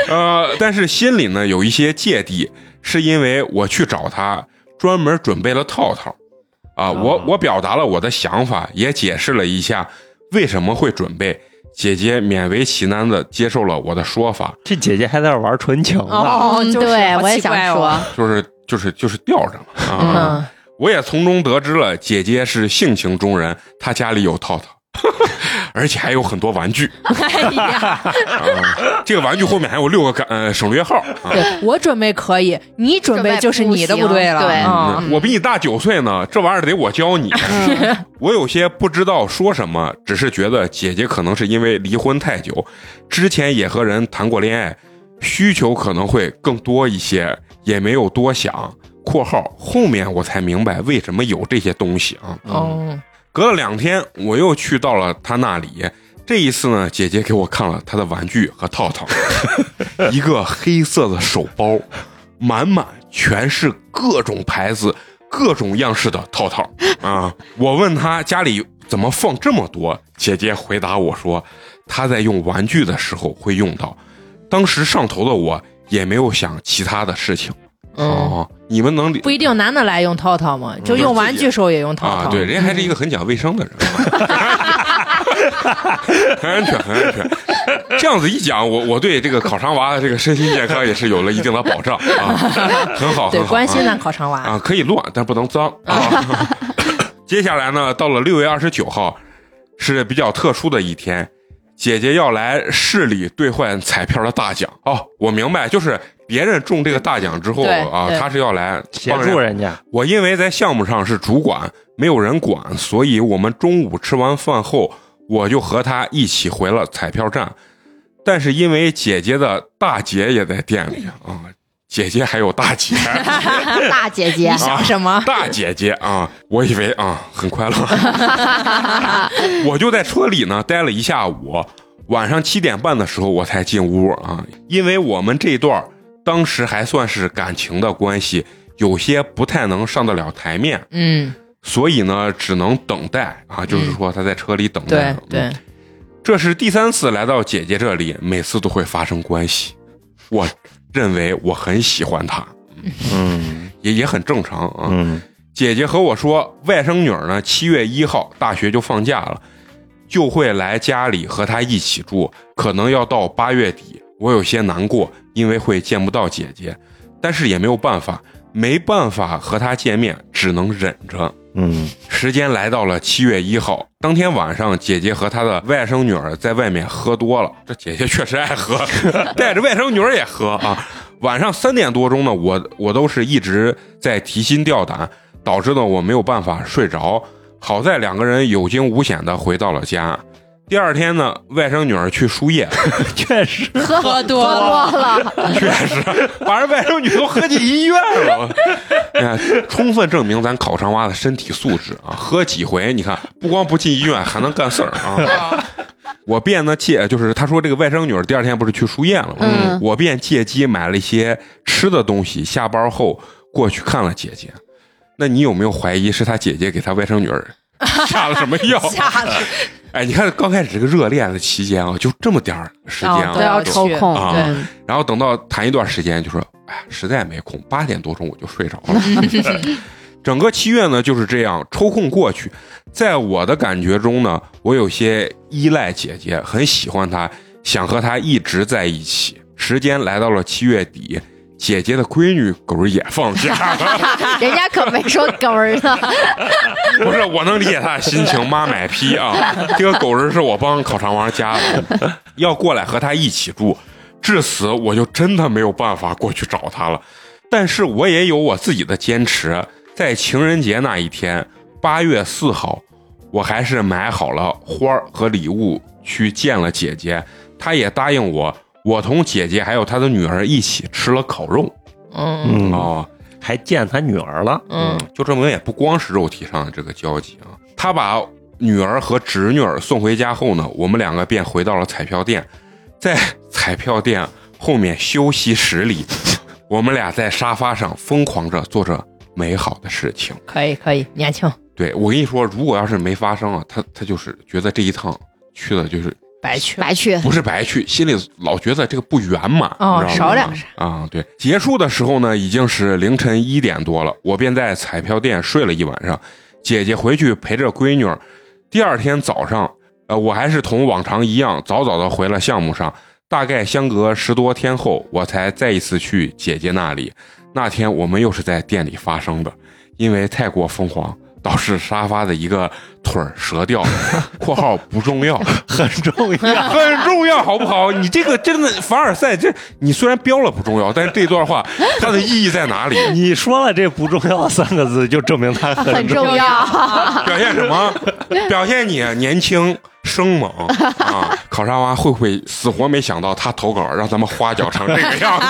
A: 呃，但是心里呢有一些芥蒂，是因为我去找他，专门准备了套套。啊，我我表达了我的想法，也解释了一下为什么会准备。姐姐勉为其难的接受了我的说法，
D: 这姐姐还在那玩纯情呢。
B: 哦
C: 嗯
B: 就是
C: 对
B: 好
C: 我也
B: 奇
C: 想
B: 怪哦
C: 说，
A: 就是就是就是吊着嘛啊。
B: 嗯， [laughs]
A: 我也从中得知了，姐姐是性情中人，她家里有套 [laughs] 套，而且还有很多玩具。
B: 哎呀，
A: 啊，这个玩具后面还有六个感呃省略号啊。
B: 对我准备可以，你准备就是你的不对了，
C: 准备不行对
B: 啊
A: 我比你大九岁呢，这玩意儿得我教你。 [laughs] 我有些不知道说什么，只是觉得姐姐可能是因为离婚太久，之前也和人谈过恋爱，需求可能会更多一些，也没有多想。（括号后面我才明白为什么有这些东西啊。）
B: 哦，
A: 隔了两天，我又去到了她那里。这一次呢，姐姐给我看了她的玩具和套套，一个黑色的手包，满满全是各种牌子、各种样式的套套啊！我问她家里怎么放这么多，姐姐回答我说，她在用玩具的时候会用到。当时上头的我也没有想其他的事情。
B: 嗯，
A: 哦，你们能理
B: 不一定男的来用套套嘛，就用玩具时候也用套
A: 啊，
B: 套，
A: 对，人家还是
B: 嗯
A: 一个很讲卫生的人， [laughs] 很安全，很安全。这样子一讲，我我对这个烤肠娃的这个身心健康也是有了一定的保障啊，很好，
B: 对
A: 很好
B: 关心
A: 啊
B: 咱烤肠娃，
A: 啊，可以乱，但不能脏啊。 [coughs] 接下来呢，到了六月二十九号，是比较特殊的一天，姐姐要来市里兑换彩票的大奖哦。我明白，就是别人中这个大奖之后
B: 对
A: 啊
B: 对，
A: 她是要来
D: 协
A: 帮
D: 助人家，
A: 我因为在项目上是主管，没有人管，所以我们中午吃完饭后，我就和他一起回了彩票站。但是因为姐姐的大姐也在店里啊、姐姐还有大姐，
C: 大姐 [laughs] 姐
B: 你，想什么？
A: 大姐姐啊，我以为啊很快乐，我就在车里呢待了一下午，晚上七点半的时候我才进屋啊，因为我们这段儿当时还算是感情的关系，有些不太能上得了台面，
B: 嗯，
A: 所以呢，只能等待啊，就是说他在车里等待。
B: 对
A: 嗯
B: 对，
A: 这是第三次来到姐姐这里，每次都会发生关系。我认为我很喜欢她，
D: 嗯
A: 也也很正常啊。
D: 嗯，
A: 姐姐和我说，外甥女儿呢，七月一号大学就放假了，就会来家里和她一起住，可能要到八月底。我有些难过，因为会见不到姐姐，但是也没有办法，没办法和她见面，只能忍着。
D: 嗯，
A: 时间来到了七月一号，当天晚上，姐姐和她的外甥女儿在外面喝多了。这姐姐确实爱喝，带着外甥女儿也喝啊。晚上三点多钟呢，我我都是一直在提心吊胆，导致呢我没有办法睡着。好在两个人有惊无险的回到了家。第二天呢，外甥女儿去输液，
D: 确实，
B: 喝多
C: 喝多了，
A: 确实 [laughs] 把人外甥女都喝进医院了。 [laughs] 哎呀，充分证明咱烤肠娃的身体素质啊！喝几回，你看不光不进医院，还能干事儿啊！我便呢借，就是他说这个外甥女儿第二天不是去输液了吗？
C: 嗯
A: 我便借机买了一些吃的东西，下班后过去看了姐姐。那你有没有怀疑是他姐姐给他外甥女儿 [laughs] 下了什么
B: [laughs]
A: 药？
B: 吓的，
A: 哎，你看刚开始这个热恋的期间啊，就这么点儿时间啊，
B: 哦
C: [laughs] 都
B: 对
C: 要抽空，
A: 啊
C: [laughs] 对，
A: 然后等到谈一段时间，就说：“哎呀，实在没空，八点多钟我就睡着了。” [laughs] 整个七月呢就是这样抽空过去。在我的感觉中呢，我有些依赖姐姐，很喜欢她，想和她一直在一起。时间来到了七月底，姐姐的闺女狗儿也放假了。
C: 人家可没说狗儿呢，
A: [laughs] 不是，我能理解他的心情，妈买批啊！这个狗人是我帮烤肠王加的，要过来和他一起住。至此，我就真的没有办法过去找他了。但是我也有我自己的坚持，在情人节那一天，八月四号，我还是买好了花儿和礼物去见了姐姐，她也答应我，我同姐姐还有她的女儿一起吃了烤肉。
B: 嗯
D: 嗯，
A: 哦，
D: 还见他女儿了，
B: 嗯，
A: 就证明也不光是肉体上的这个交集啊。他把女儿和侄女儿送回家后呢，我们两个便回到了彩票店，在彩票店后面休息室里，我们俩在沙发上疯狂着做着美好的事情。
B: 可以可以，年轻，
A: 对我跟你说，如果要是没发生啊，他他就是觉得这一趟去的就是
B: 白去了。
C: [laughs] 白去，
A: 不是白去，心里老觉得这个不圆满，
B: 哦
A: 你，知道吗
B: 少两声。
A: 啊，对，结束的时候呢，已经是凌晨一点多了，我便在彩票店睡了一晚上。姐姐回去陪着闺女儿，第二天早上，呃，我还是同往常一样，早早的回了项目上。大概相隔十多天后，我才再一次去姐姐那里。那天我们又是在店里发生的，因为太过疯狂，导致沙发的一个腿儿折掉了（括号不重要）。
D: 很
B: [laughs]
D: 重要。
A: [laughs] 很重要，好不好？你这个真的凡尔赛，这你虽然标了不重要，但是这段话它的意义在哪
D: [laughs]
A: 里？
D: 你说了这不重要三个字，就证明它
C: [laughs] 很
D: 很重
A: [laughs]
C: 重要。
A: 表现什么？表现你年轻生猛啊！考沙娃会不会死活没想到他投稿让咱们花脚成这个样子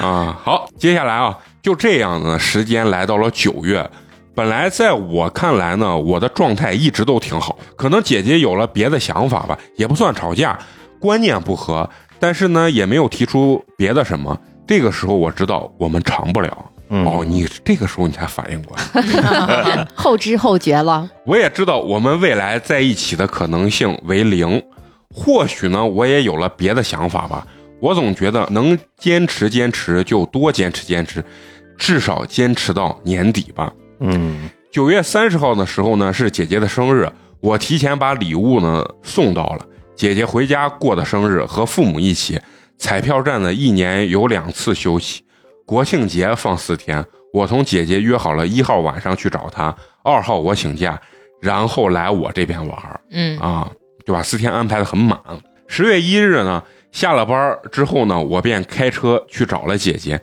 A: 啊？好，接下来啊，就这样呢，时间来到了九月。本来在我看来呢，我的状态一直都挺好，可能姐姐有了别的想法吧，也不算吵架，观念不合，但是呢，也没有提出别的什么。这个时候我知道我们长不了。
D: 嗯
A: 哦，你这个时候你才反应过来，
C: 后知后觉了，
A: 我也知道我们未来在一起的可能性为零，或许呢，我也有了别的想法吧。我总觉得能坚持坚持就多坚持坚持，至少坚持到年底吧。
D: 嗯
A: 九月三十号的时候呢，是姐姐的生日，我提前把礼物呢送到了。姐姐回家过的生日，和父母一起。彩票站呢，一年有两次休息，国庆节放四天。我同姐姐约好了一号晚上去找她，二号我请假，然后来我这边玩儿
B: 嗯，
A: 啊，就把四天安排的很满。十月一日呢，下了班儿之后呢，我便开车去找了姐姐。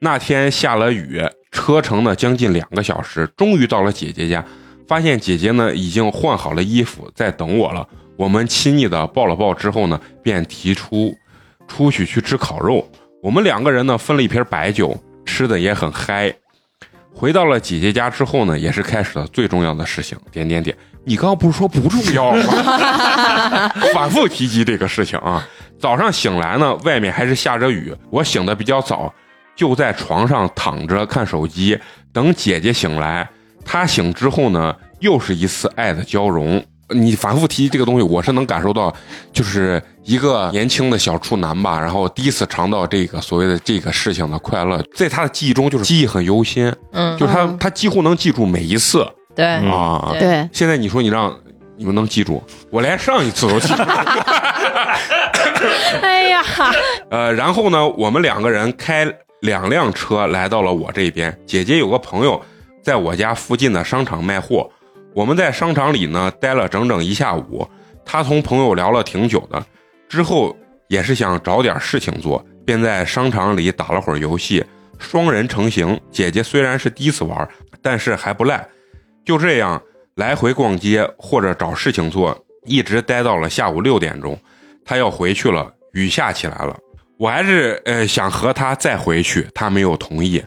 A: 那天下了雨，车程呢将近两个小时，终于到了姐姐家，发现姐姐呢已经换好了衣服，在等我了。我们亲昵的抱了抱之后呢，便提出出去去吃烤肉。我们两个人呢分了一瓶白酒，吃的也很嗨。回到了姐姐家之后呢，也是开始了最重要的事情，点点点。你刚刚不是说不重要吗？反复提及这个事情啊。早上醒来呢，外面还是下着雨，我醒的比较早，就在床上躺着看手机，等姐姐醒来。她醒之后呢，又是一次爱的交融。你反复提及这个东西，我是能感受到，就是一个年轻的小处男吧，然后第一次尝到这个所谓的这个事情的快乐，在他的记忆中就是记忆很犹新，
B: 嗯，
A: 就是他
C: 嗯
A: 他几乎能记住每一次
B: 对，
D: 嗯
A: 啊。
B: 对
C: [laughs] 对，
A: 现在你说你让你们能记住，我连上一次都记不住。
B: 哎呀，
A: 呃，然后呢，我们两个人开两辆车来到了我这边。姐姐有个朋友在我家附近的商场卖货，我们在商场里呢待了整整一下午。她同朋友聊了挺久的，之后也是想找点事情做，便在商场里打了会儿游戏，双人成型。姐姐虽然是第一次玩，但是还不赖。就这样来回逛街或者找事情做，一直待到了下午六点钟。她要回去了，雨下起来了。我还是呃想和他再回去，他没有同意。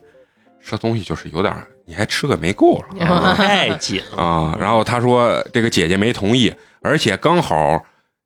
A: 这东西就是有点儿，你还吃个没够了
D: [laughs]
A: 啊
D: 太紧了。
A: 啊。然后他说这个姐姐没同意，而且刚好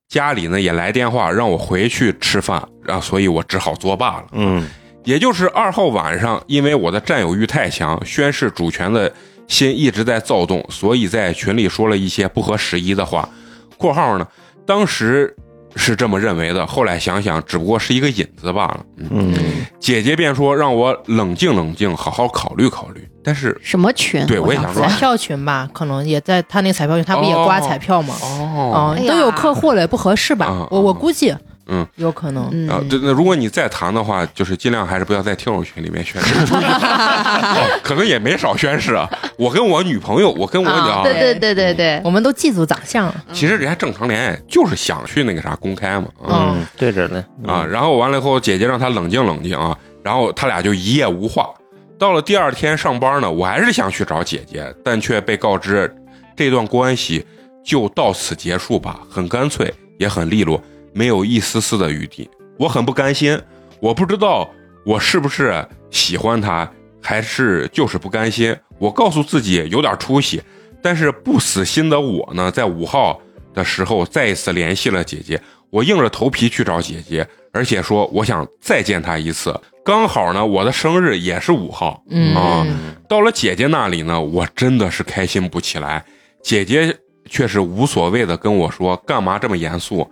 A: 家里呢也来电话让我回去吃饭，然、后所以我只好作罢了。
D: 嗯
A: 也就是二号晚上，因为我的占有欲太强，宣誓主权的心一直在躁动，所以在群里说了一些不合时宜的话。（括号呢，当时是这么认为的，后来想想只不过是一个引子罢了。）嗯。
D: 嗯，
A: 姐姐便说让我冷静冷静，好好考虑考虑。但是，
C: 什么群？
A: 对我也
C: 想
A: 想说
C: 知
A: [laughs]
B: 彩
C: 道
B: 票群吧，可能也在他那彩票群，他不也刮彩票吗？
A: 哦，
B: 哦，
C: 哎呀
B: 都有客户了，也不合适吧
A: 嗯？
B: 我我估计，
A: 嗯，
B: 有可能。
C: 嗯
A: 啊，对，那如果你再谈的话，就是尽量还是不要在听友群里面宣誓、哦，可能也没少宣誓啊。我跟我女朋友，我跟我女、
B: 啊
C: 对对对对对，
A: 嗯
B: 我们都记住长相
A: [laughs]
B: 了，
A: 其实人家正常恋爱就是想去那个啥公开嘛啊、
D: 嗯，对着呢
A: 啊，，然后完了以后，姐姐让她冷静冷静啊，然后他俩就一夜无话。到了第二天上班呢，我还是想去找姐姐，但却被告知这段关系就到此结束吧，很干脆，也很利落，没有一丝丝的余地。我很不甘心，我不知道我是不是喜欢他，还是就是不甘心。我告诉自己有点出息，但是不死心的我呢，在五号的时候再一次联系了姐姐，我硬着头皮去找姐姐，而且说我想再见她一次。刚好呢，我的生日也是五号，
B: 嗯
A: 啊
B: 嗯，
A: 到了姐姐那里呢，我真的是开心不起来。姐姐却是无所谓的跟我说：“干嘛这么严肃？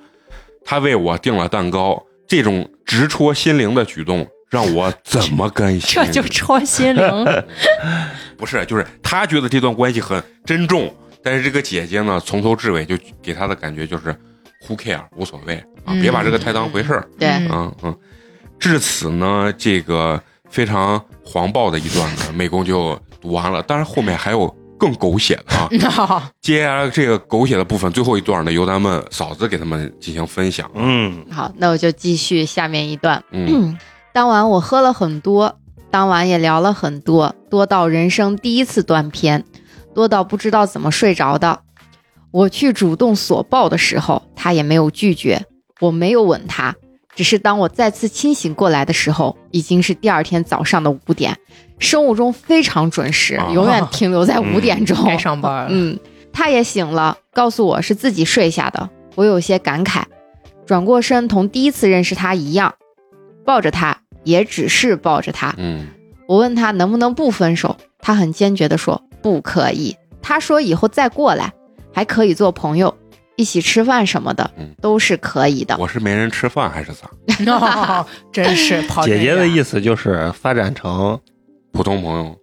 A: 他为我订了蛋糕，这种直戳心灵的举动让我怎么甘心？
B: 这就戳心灵。
A: 不是，就是他觉得这段关系很珍重，但是这个姐姐呢，从头至尾就给他的感觉就是 who care 无所谓啊，别把这个太当回事儿。
C: 对，
B: 嗯
A: 嗯嗯。至此呢，这个非常黄暴的一段呢，美工就读完了。当然后面还有更狗血的啊。
B: 好，
A: 接下来这个狗血的部分，最后一段呢，由咱们嫂子给他们进行分享。
D: 嗯，
C: 好，那我就继续下面一段。
A: 嗯
C: 嗯， [clears throat] 当晚我喝了很多，当晚也聊了很多，多到人生第一次断片，多到不知道怎么睡着的。我去主动索抱的时候，他也没有拒绝，我没有吻他，只是当我再次清醒过来的时候，已经是第二天早上的五点。生物钟非常准时
A: 啊，
C: 永远停留
B: [laughs]
C: 在五点钟。
B: 嗯该上班了。
C: 嗯，他也醒了，告诉我是自己睡下的。我有些感慨，转过身同第一次认识他一样，抱着他，也只是抱着他。
A: 嗯
C: 我问他能不能不分手，他很坚决地说不可以。他说以后再过来，还可以做朋友，一起吃饭什么的
A: 嗯，
C: 都是可以的。
A: 我是没人吃饭还是咋？
B: 哦真是跑
D: 姐姐的
B: 思，
D: 意思就是发展成
A: 普通朋友。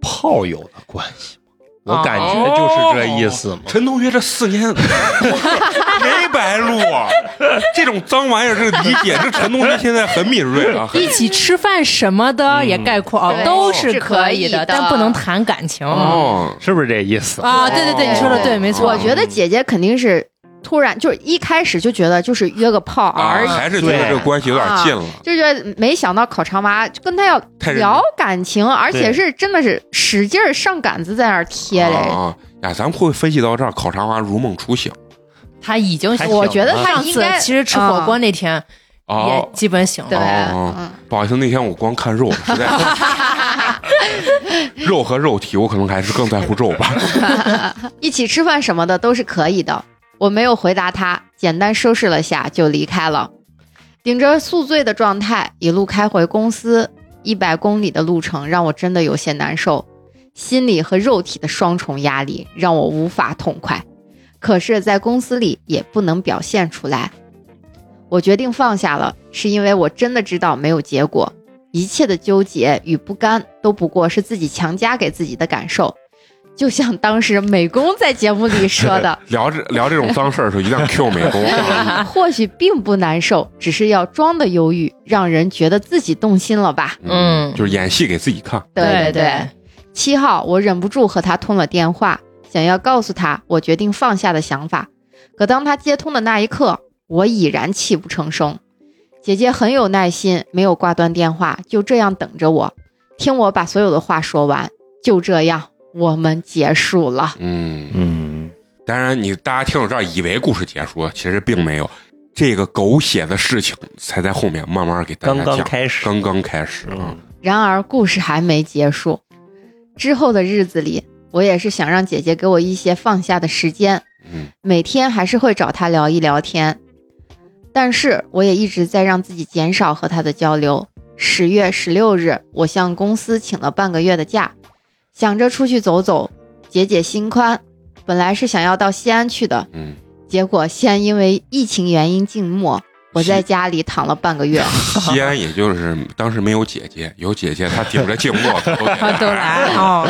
D: 炮友的关系嘛，
B: 哦
D: 我感觉就是这意思嘛。
A: 陈同学这四年没白录，啊，这种脏玩意儿，这个理解，这陈同学现在很敏锐啊。很
B: 一起吃饭什么的也概括啊，
C: 对
B: 都是可以
C: 是可以的
B: 但不能谈感情
A: 哦，
D: 是不是这意思？
B: 啊。对对对，你说的对，没错。
C: 我觉得姐姐肯定是突然就是一开始就觉得就是约个炮而
A: 啊，
C: 已。
A: 还是觉得这个关系有点近了。
C: 就觉得没想到烤肠娃就跟他要
A: 太认真
C: 聊感情，而且
D: 对
C: 是真的是使劲儿上杆子在那儿贴嘞。
A: 啊啊呀，咱们会分析到这儿，烤肠娃如梦初醒
B: 他已经
D: 还，行
C: 我觉得他
B: 上
C: 应
B: 次
C: 该嗯
B: 其实吃火锅那天也
A: 哦。
B: 基本醒
C: 对，
B: 了。
A: 哦
C: 嗯，
A: 不好意思，那天我光看肉，实在肉和肉体，我可能还是更在乎肉吧。 [laughs]
C: 一起吃饭什么的都是可以的。我没有回答他，简单收拾了下就离开了。顶着宿醉的状态一路开回公司，一百公里的路程让我真的有些难受，心理和肉体的双重压力让我无法痛快。可是，在公司里也不能表现出来。我决定放下了，是因为我真的知道没有结果，一切的纠结与不甘都不过是自己强加给自己的感受。就像当时美工在节目里说 [laughs] 的，
A: 聊这聊这种脏事儿的时候，一定要 Q 美工啊。
C: 或许并不难受，只是要装的忧郁，让人觉得自己动心了吧？
B: 嗯
A: 就是演戏给自己看。
C: 对
B: 对
C: 对。，七号，我忍不住和他通了电话，想要告诉他我决定放下的想法。可当他接通的那一刻，我已然泣不成声。姐姐很有耐心，没有挂断电话，就这样等着我，听我把所有的话说完。就这样，我们结束了。
A: 嗯，
D: 嗯，
A: 当然你大家听到这儿以为故事结束了，其实并没有。这个狗血的事情才在后面慢慢给大家
D: 刚
A: 讲，
D: 刚开始，
A: 刚刚开始啊
D: 嗯。，
C: 然而，故事还没结束。之后的日子里，我也是想让姐姐给我一些放下的时间，
A: 嗯
C: 每天还是会找他聊一聊天，但是我也一直在让自己减少和他的交流。十月十六日，我向公司请了半个月的假，想着出去走走，解解心宽。本来是想要到西安去的，
A: 嗯，
C: 结果西安因为疫情原因静默，我在家里躺了半个月。
A: 西安也就是当时没有姐姐，有姐姐她顶着静默她
B: [laughs]
A: 啊都
B: 他都
A: 得
B: 来哦，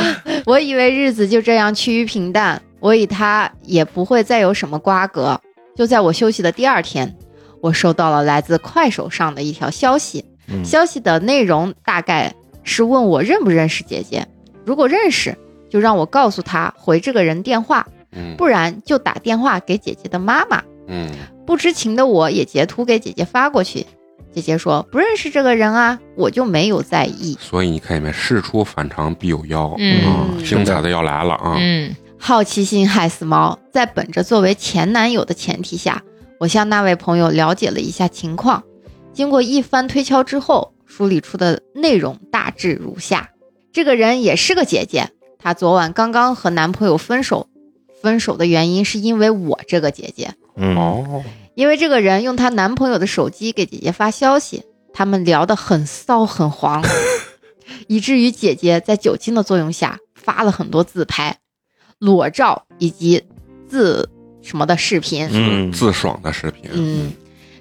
C: 我以为日子就这样趋于平淡，我与他也不会再有什么瓜葛。就在我休息的第二天，我收到了来自快手上的一条消息，
D: 嗯
C: 消息的内容大概是问我认不认识姐姐，如果认识，就让我告诉他回这个人电话，
A: 嗯
C: 不然就打电话给姐姐的妈妈。
A: 嗯
C: 不知情的我也截图给姐姐发过去，姐姐说不认识这个人啊，我就没有在意。
A: 所以你看见没？事出反常必有妖，
B: 嗯
A: 啊精彩的要来了啊！
B: 嗯，
C: 好奇心害死猫，在本着作为前男友的前提下，我向那位朋友了解了一下情况。经过一番推敲之后，梳理出的内容大致如下：这个人也是个姐姐，她昨晚刚刚和男朋友分手，分手的原因是因为我这个姐姐，
D: 嗯，
A: 哦，
C: 因为这个人用她男朋友的手机给姐姐发消息，他们聊得很骚很黄，以至于姐姐在酒精的作用下发了很多自拍、裸照以及自什么的视频。
D: 嗯
A: 自爽的视频，
C: 嗯，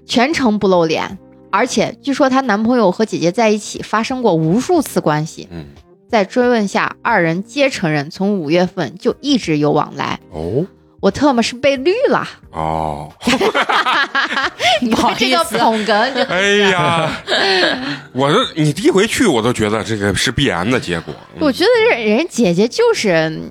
C: 全程不露脸，而且据说她男朋友和姐姐在一起发生过无数次关系。
A: 嗯，
C: 在追问下，二人皆承认从五月份就一直有往来。
A: 哦
C: 我特么是被绿了，
B: [laughs]
A: 哦，
C: 你
B: 不好
C: 看这个
B: 意思
C: 捧哏真的
A: 哎
B: [laughs]
A: 呀，我这你第一回去，我都觉得这个是必然的结果。嗯
C: 我觉得人人姐姐就是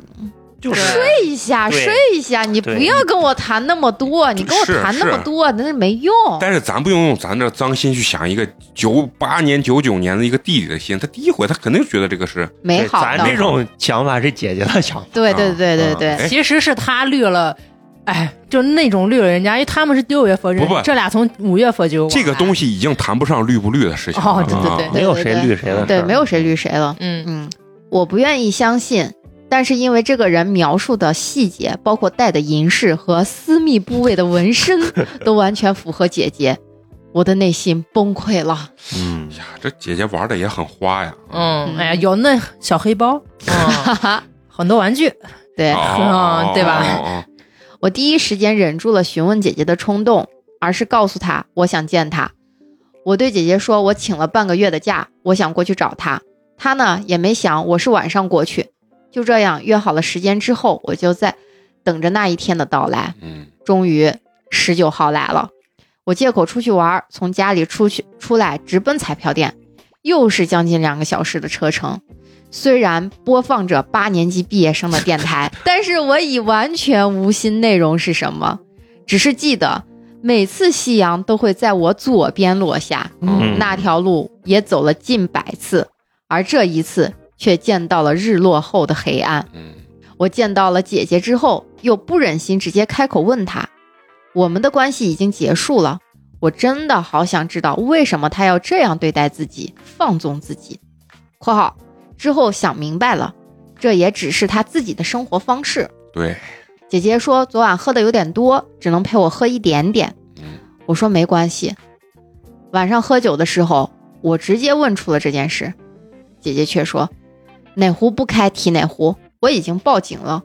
D: 就是
C: 睡一下，
D: 对
C: 睡一下，你不
D: 对
C: 要跟我谈那么多，你跟我
A: 是
C: 谈那么
A: 是
C: 多，那是没用。
A: 但是咱不用用咱这脏心去想一个九八年、九九年的一个弟弟的心，他第一回他肯定觉得这个是
C: 美
D: 对
C: 好
D: 咱
C: 的。
D: 这种想法是姐姐的想法，
C: 对对
A: 啊
C: 对对
A: 啊
C: 对，
A: 哎
B: 其实是他绿了，哎，就那种绿了人家，因为他们是六月份认识
A: 不不
B: 这俩从五月份就
A: 这个东
B: 西，
A: 西已经谈不上绿不绿的事情了。
B: 哦对对对
A: 啊
C: 对
D: 没有谁绿谁的事儿，
C: 对，没有谁绿谁了。
B: 嗯，
C: 嗯，我不愿意相信，但是因为这个人描述的细节，包括戴的银饰和私密部位的
A: [laughs]
C: 纹身，都完全符合姐姐，我的内心崩溃了。
D: 嗯，
A: 呀，这姐姐玩的也很花呀。
B: 嗯，哎呀，有那小黑包，嗯，
C: 哈哈，
B: [laughs] 很多玩具，
C: 对
A: 哦
B: [laughs] 嗯对吧？
A: 哦哦
C: 我第一时间忍住了询问姐姐的冲动，而是告诉她我想见她。我对姐姐说，我请了半个月的假，我想过去找她。她呢也没想我是晚上过去，就这样约好了时间之后，我就在等着那一天的到来。
A: 嗯
C: 终于十九号来了，我借口出去玩儿，从家里出去出来，直奔彩票店，又是将近两个小时的车程。虽然播放着八年级毕业生的电台，但是我已完全无心内容是什么，只是记得每次夕阳都会在我左边落下，
A: 嗯
C: 那条路也走了近百次，而这一次却见到了日落后的黑暗。
A: 嗯
C: 我见到了姐姐之后，又不忍心直接开口问她，我们的关系已经结束了。我真的好想知道为什么她要这样对待自己，放纵自己。（括号之后想明白了，这也只是她自己的生活方式。
A: 对，）
C: 姐姐说昨晚喝的有点多，只能陪我喝一点点。
A: 嗯
C: 我说没关系。晚上喝酒的时候，我直接问出了这件事，姐姐却说哪壶不开提哪壶，我已经报警了。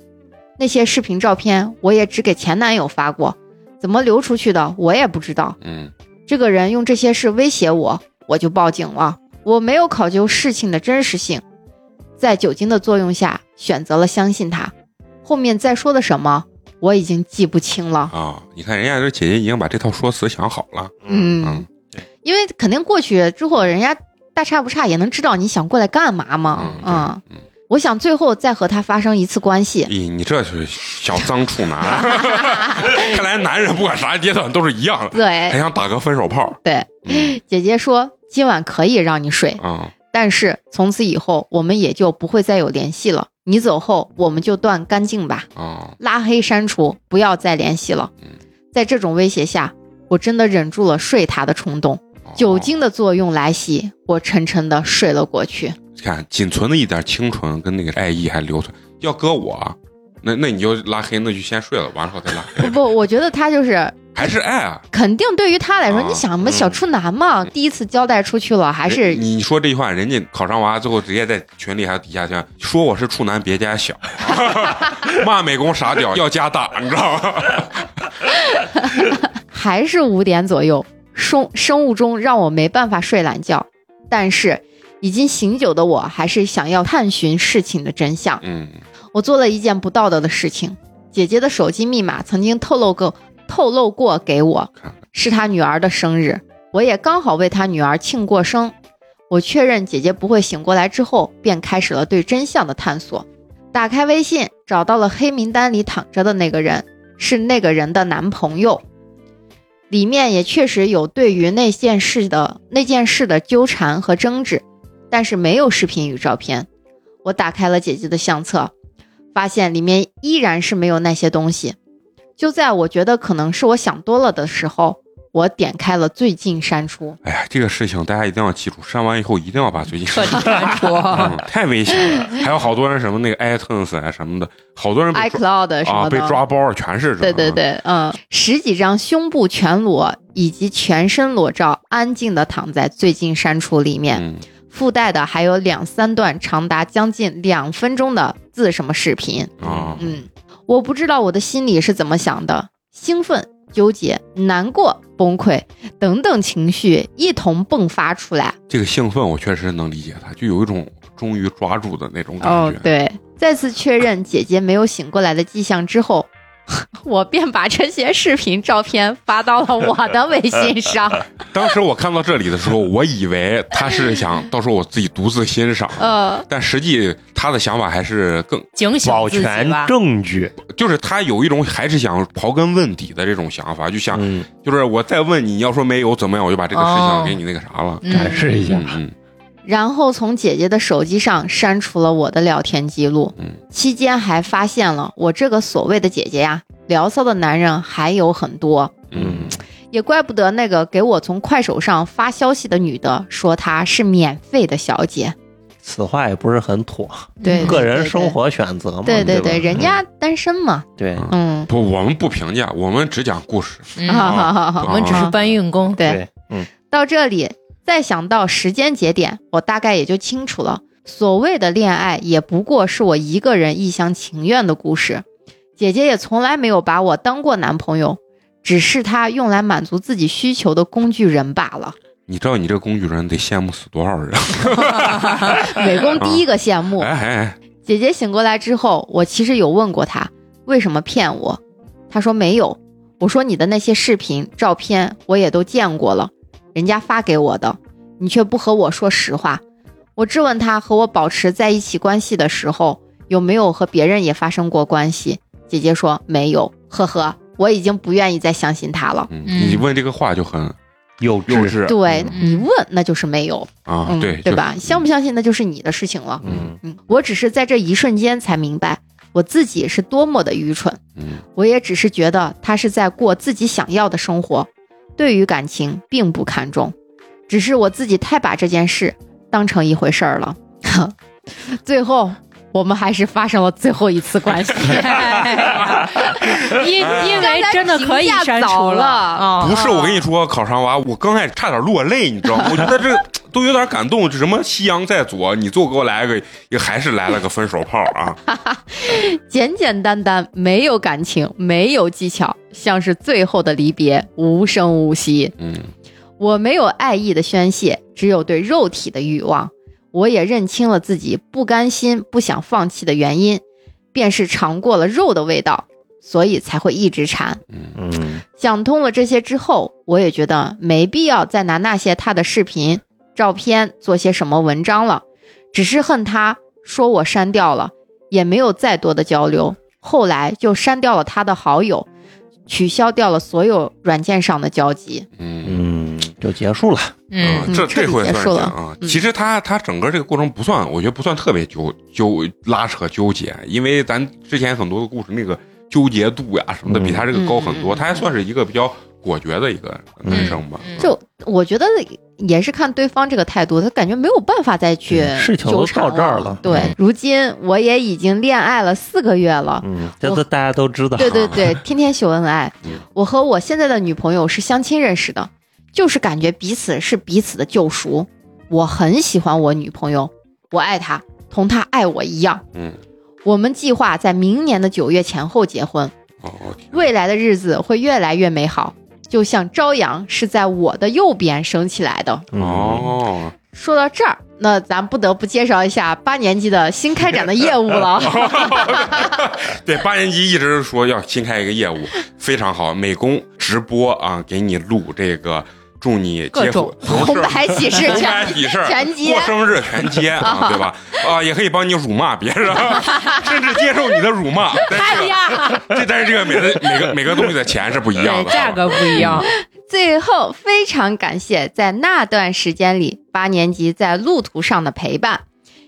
C: 那些视频照片我也只给前男友发过，怎么流出去的我也不知道。
A: 嗯
C: 这个人用这些事威胁我，我就报警了。我没有考究事情的真实性，在酒精的作用下选择了相信他。后面再说的什么，我已经记不清了。
A: 啊，你看人家这姐姐已经把这套说辞想好了。
C: 嗯，因为肯定过去之后，人家大差不差也能知道你想过来干嘛嘛。嗯
A: 嗯，对嗯，
C: 我想最后再和他发生一次关系。
A: 咦，你这是小脏处
C: [laughs]
A: 男，看来男人不管啥阶段都是一样的，还
C: 对
A: 想打个分手
C: [laughs]
A: 炮。
C: 对，
A: 哎嗯
C: 姐姐说今晚可以让你睡，
A: 啊，
C: 但是从此以后我们也就不会再有联系了。你走后，我们就断干净吧，
A: 啊，
C: 拉黑删除，不要再联系了
A: 嗯。
C: 在这种威胁下，我真的忍住了睡他的冲动。
A: 哦
C: 酒精的作用来袭，我沉沉的睡了过去。
A: 看仅存的一点清纯跟那个爱意还留存。要搁我，那那你就拉黑，那就先睡了，完了后再拉黑， [laughs]
C: 不不，我觉得他就是
A: 还是爱啊。
C: 肯定对于他来说，
A: 啊
C: 你想什么小处男嘛，第一次交代出去了， [laughs] 还
A: 人
C: 是
A: 你说这句话，人家考上娃最后直接在群里还有底下圈说我是处男，别加小， [laughs] 骂美工傻屌要加大，你知道吗？
C: 还是五点左右，生生物钟让我没办法睡懒觉，但是已经醒酒的我，还是想要探寻事情的真相。
A: 嗯，
C: 我做了一件不道德的事情，姐姐的手机密码曾经透露过透露过给我
A: 看看，
C: 是她女儿的生日，我也刚好为她女儿庆过生。我确认姐姐不会醒过来之后，便开始了对真相的探索。打开微信，找到了黑名单里躺着的那个人，是那个人的男朋友。里面也确实有对于那件事的那件事的纠缠和争执，但是没有视频与照片。我打开了姐姐的相册，发现里面依然是没有那些东西。就在我觉得可能是我想多了的时候，我点开了最近删除。
A: 哎呀，这个事情大家一定要记住，删完以后一定要把最近
B: 彻
A: 删
B: 底删除。
A: [laughs] 嗯，太危险了。还有好多人什么那个 iTunes 啊什么的，好多人被抓
C: iCloud 什
A: 啊
C: 么
A: 被
C: 的，
A: 抓包，全是这。
C: 对对，对，嗯，十几张胸部全裸以及全身裸照，安静的躺在最近删除里面，
A: 嗯
C: 附带的还有两三段长达将近两分钟的自什么视频。
A: 啊，
C: 嗯嗯，我不知道我的心里是怎么想的，兴奋、纠结、难过、崩溃等等情绪一同迸发出来。
A: 这个兴奋我确实能理解他，就有一种终于抓住的那种感
C: 哦
A: 觉。，
C: 对，再次确认姐姐没有醒过来的迹象之后， [laughs] 我便把这些视频、照片发到了我的微信
A: [laughs]
C: 上。
A: 当时我看到这里的时候，我以为他是
C: [laughs]
A: 想到时候我自己独自欣赏，
C: 呃，
A: 但实际他的想法还是更，
B: 警醒
D: 保
B: 自己
D: 全
B: 吧。
D: 证据，
A: 就是他有一种还是想刨根问底的这种想法，就想
D: 嗯，
A: 就是我再问你，你要说没有怎么样，我就把这个事
B: 哦
A: 情给你那个啥了。
B: 嗯
D: 展示一下
A: 嗯，嗯，
C: 然后从姐姐的手机上删除了我的聊天记录。
A: 嗯
C: 期间还发现了我这个所谓的姐姐呀，聊骚的男人还有很多。
A: 嗯，
C: 也怪不得那个给我从快手上发消息的女的说她是免费的小姐。
D: 此话也不是很妥，
B: 嗯
C: 对
D: [laughs] 个人生活选择嘛，
C: 对
D: 对吧嗯
C: 对，人家单身嘛。
D: 对
A: 嗯
C: 嗯，
A: 不，我们不评价，我们只讲故事。
B: 嗯
C: 好好好
B: 我
C: 好，
B: 们只
A: 啊
B: 是搬运工。
C: 啊对。，
D: 嗯，
C: 到这里，再想到时间节点，我大概也就清楚了。所谓的恋爱，也不过是我一个人一厢情愿的故事。姐姐也从来没有把我当过男朋友，只是她用来满足自己需求的工具人罢
D: [laughs]
C: 了。
A: 你知道你这个工具人得羡慕死多少人？啊
C: 美工第一个羡慕
A: 哎。哎哎，
C: 姐姐醒过来之后，我其实有问过她为什么骗我，她说没有。我说你的那些视频、照片我也都见过了，人家发给我的，你却不和我说实话。我质问她和我保持在一起关系的时候有没有和别人也发生过关系，姐姐说没有，呵呵，我已经不愿意再相信她了。
A: 嗯
B: 嗯
A: 你问这个话就很
D: 幼
A: 幼
D: 稚，
A: 稚。
C: 对
A: 嗯
C: 你问那就是没有，
A: 啊
C: 嗯，，
A: 对
C: 对吧？相
A: 不？
C: 不相信那就是你的事情了。
A: 嗯
C: 嗯，我只是在这一瞬间才明白我自己是多么的愚蠢，
A: 嗯
C: 我也只是觉得他是在过自己想要的生活，对于感情并不看重，只是我自己太把这件事当成一回事儿了。 [laughs] 最后，我们还是发生了最后一次关系。
B: [laughs]
A: 哎
B: 因因为真的可以删除啊，
A: 不是，我跟你说，考场娃，我刚开始差点落泪，你知道吗？我觉得这都有点感动。这什么夕阳在左，你最后给我来个，也还是来了个分手炮啊！
C: 简简单单，没有感情，没有技巧，像是最后的离别，无声无息。
A: 嗯，
C: 我没有爱意的宣泄，只有对肉体的欲望。我也认清了自己不甘心、不想放弃的原因，便是尝过了肉的味道，所以才会一直馋。
D: 嗯，
C: 想通了这些之后，我也觉得没必要再拿那些他的视频、照片做些什么文章了，只是恨他说我删掉了，也没有再多的交流。后来就删掉了他的好友，取消掉了所有软件上的交集。
A: 嗯
D: 嗯，就结束了。
B: 嗯，
A: 啊这
C: 彻
A: 这
C: 底
A: 回
C: 结
A: 算是
C: 束了
A: 啊。
C: 嗯
A: 其实他他整个这个过程不算，我觉得不算特别纠纠拉扯纠结，因为咱之前很多的故事那个纠结度呀什么的，
D: 嗯
A: 比他这个高很多。
C: 嗯嗯嗯
A: 他还算是一个比较果决的一个男生吧。
B: 嗯
C: 就我觉得也是看对方这个态度，他感觉没有办法再去
D: 嗯事情都
C: 纠缠
D: 到这儿了
C: 了。对
D: 嗯，
C: 如今我也已经恋爱了四个
D: [laughs]
C: 月了。
D: 嗯，这都大家都知道。
C: 对对对，天天秀恩
D: [laughs]
C: 爱
A: 嗯。
C: 我和我现在的女朋友是相亲认识的，就是感觉彼此是彼此的救赎。我很喜欢我女朋友，我爱她，同她爱我一样。
A: 嗯，
C: 我们计划在明年的九月前后结婚。
A: 哦，我天
C: 未来的日子会越来越美好，就像朝阳是在我的右边升起来的。
D: 嗯，
A: 哦，
C: 说到这儿，那咱不得不介绍一下八年级的新开展的业
A: [laughs]
C: 务了。
A: 对，八年级一直说要新开一个业务，非常好，美工直播啊，给你录这个，祝你
B: 各
A: 结
B: 种
A: 婚
C: 红
A: 事儿
C: 白 [laughs] 喜事
A: 红白
C: 全
A: 喜事儿
C: 全接
A: 过生日全
C: [laughs]
A: 接啊，对吧？啊，也可以帮你辱骂别人，啊甚至接受你的辱骂。但
C: 哎
A: 是
B: 呀，
A: 这但是这个每个每个每个东西的钱是不一样
B: 对，
A: 的，
B: 价格不一样，
C: 最后，非常感谢在那段时间里八年级在路途上的陪伴，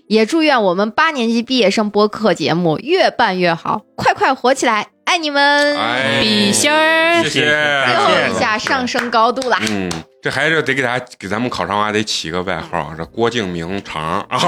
C: 也祝愿我们八年级毕业生播客节目越办越好，快快火起来！爱你们！
A: 哎，
B: 笔芯儿
A: 谢谢，
C: 最后
D: 感谢
C: 一下上升高度啦！
A: 嗯，这还是得给大家给咱们考场娃得起个外号，这郭敬明长啊。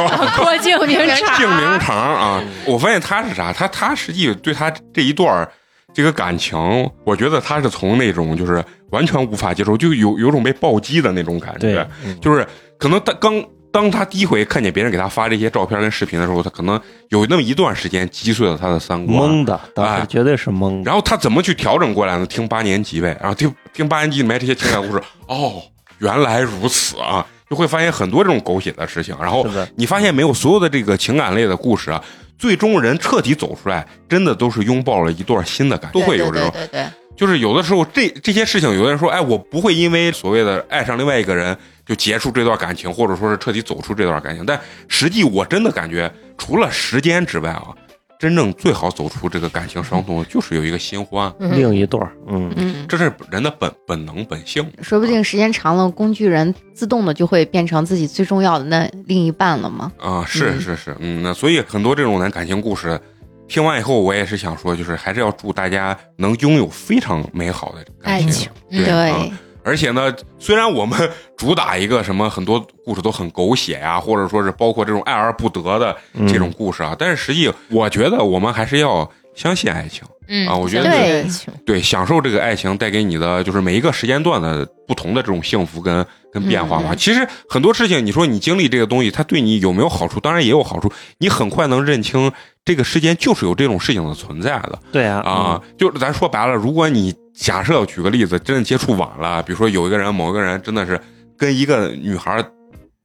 B: 郭敬明 [laughs] 茶，
A: 姓名长啊，我发现他是啥？他他实际对他这一段儿这个感情，我觉得他是从那种就是完全无法接受，就有有种被暴击的那种感
D: 对
A: 觉，，
D: 嗯
A: 就是可能他刚当他第一回看见别人给他发这些照片跟视频的时候，他可能有那么一段时间击碎了他的三观。
D: 懵的，当
A: 哎
D: 时绝对是懵的。
A: 然后他怎么去调整过来呢？听八年级呗，然后听听八年级里面这些情感故事，哦，原来如此啊，就会发现很多这种狗血的事情。然后
D: 是的
A: 你发现没有，所有的这个情感类的故事啊，最终人彻底走出来，真的都是拥抱了一段新的感觉，都会有这
C: 对
A: 种。
C: 对对对
A: 就是有的时候这这些事情，有的人说，哎，我不会因为所谓的爱上另外一个人就结束这段感情，或者说是彻底走出这段感情。但实际我真的感觉，除了时间之外啊，真正最好走出这个感情伤痛的，就是有一个新欢。
B: 嗯，
D: 另一对儿，嗯，
C: 嗯，
A: 这是人的本本能本性。
C: 说不定时间长了，工具人自动的就会变成自己最重要的那另一半了嘛。
A: 啊，是
C: 嗯
A: 是是，嗯，那所以很多这种男感情故事，听完以后，我也是想说，就是还是要祝大家能拥有非常美好的感
B: 爱情，
A: 对啊
C: 对，
A: 而且呢，虽然我们 [laughs] 主打一个什么很多故事都很狗血呀、或者说是包括这种爱而不得的这种故事啊，但是实际我觉得我们还是要相信爱情，
B: 嗯
A: 啊我觉得
C: 对
A: 对，享受这个爱情带给你的就是每一个时间段的不同的这种幸福跟跟变化吧。
C: 嗯嗯
A: 其实很多事情，你说你经历这个东西，它对你有没有好处？当然也有好处，你很快能认清这个世间就是有这种事情的存在的
D: 对啊，
A: 啊。就是咱说白了，如果你假设举个例子，真的接触晚了，比如说有一个人，某一个人真的是跟一个女孩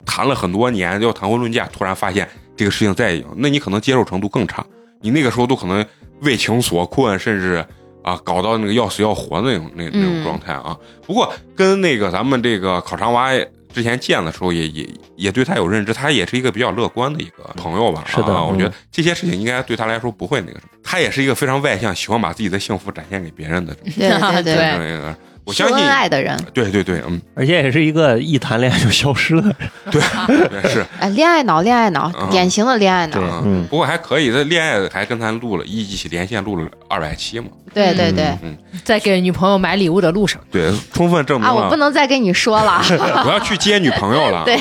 A: 谈了很多年，要谈婚论嫁，突然发现这个事情再有，那你可能接受程度更差，你那个时候都可能为情所困，甚至啊搞到那个要死要活的那种那那种
C: 嗯
A: 状态啊。不过跟那个咱们这个烤肠娃之前见的时候也，也也对他有认知，他也是一个比较乐观的一个朋友吧。
D: 是的
A: 啊，我
D: 嗯
A: 觉得这些事情应该对他来说不会那个什么，他也是一个非常外向，喜欢把自己的幸福展现给别人的这种
C: 对
A: [laughs]
C: 对
B: 对
A: 这么一个人。我相信
C: 秀恩，爱的人，
A: 对对对，嗯，
D: 而且也是一个一谈恋爱就消失了，
A: 对 [laughs] 是。
C: 哎，恋爱脑，恋爱脑
A: 嗯，
C: 典型的恋爱脑。
A: 啊
D: 嗯
A: 不过还可以，他恋爱还跟咱录了一一起连线录了二百期嘛，嗯
C: 对对对，
B: 在给女朋友买礼物的路上，
A: 对，充分证明
C: 啊，我不
A: 了
C: 能再跟你说了。
A: [laughs] 我要去接女朋友了，啊
C: 对，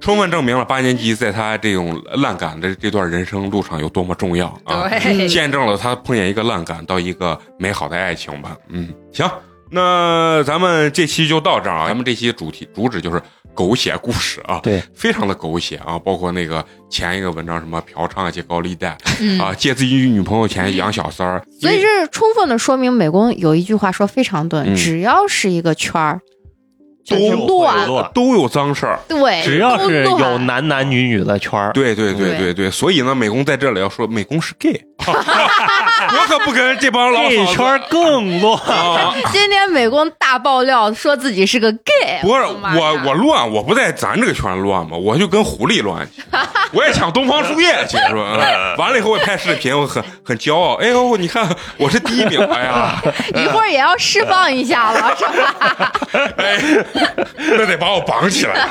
A: 充分证明了八年级在他这种烂杆的这段人生路上有多么重要啊！
B: 对
A: 见证了他碰见一个烂杆到一个美好的爱情吧。嗯，行，那咱们这期就到这儿啊。咱们这期主题主旨就是狗血故事啊，
D: 对，
A: 非常的狗血啊，包括那个前一个文章什么嫖娼啊、借高利贷、
B: 嗯
A: 啊、借自己女朋友钱养小三儿，
C: 所以
A: 因为
C: 这充分的说明，美工有一句话说非常对，
A: 嗯
C: 只要是一个圈儿，
A: 都
C: 就是乱，
A: 都有脏事儿。
C: 对，
D: 只要是
C: 都
D: 有
C: 乱
D: 男男女女的圈儿，
A: 对对对
C: 对
A: 对对，所以呢，美工在这里要说，美工是 gay，我可不跟这帮老
D: 这一
A: 嫂
D: 圈
A: 子
D: 儿更乱。
A: 啊。
C: 今天美工大爆料说自己是个 gay，
A: 不是
C: 的妈呀
A: 我，我乱，我不在咱这个圈乱嘛，我就跟狐狸乱 [laughs] 去，我也抢东方树叶去，是吧？嗯完了以后我拍视频，我很很骄傲，哎呦，你看我是第一名，哎
D: [laughs]
A: 呀，
C: 一会儿也要释放一下了，是吧？
A: 哎，那得把我绑起来，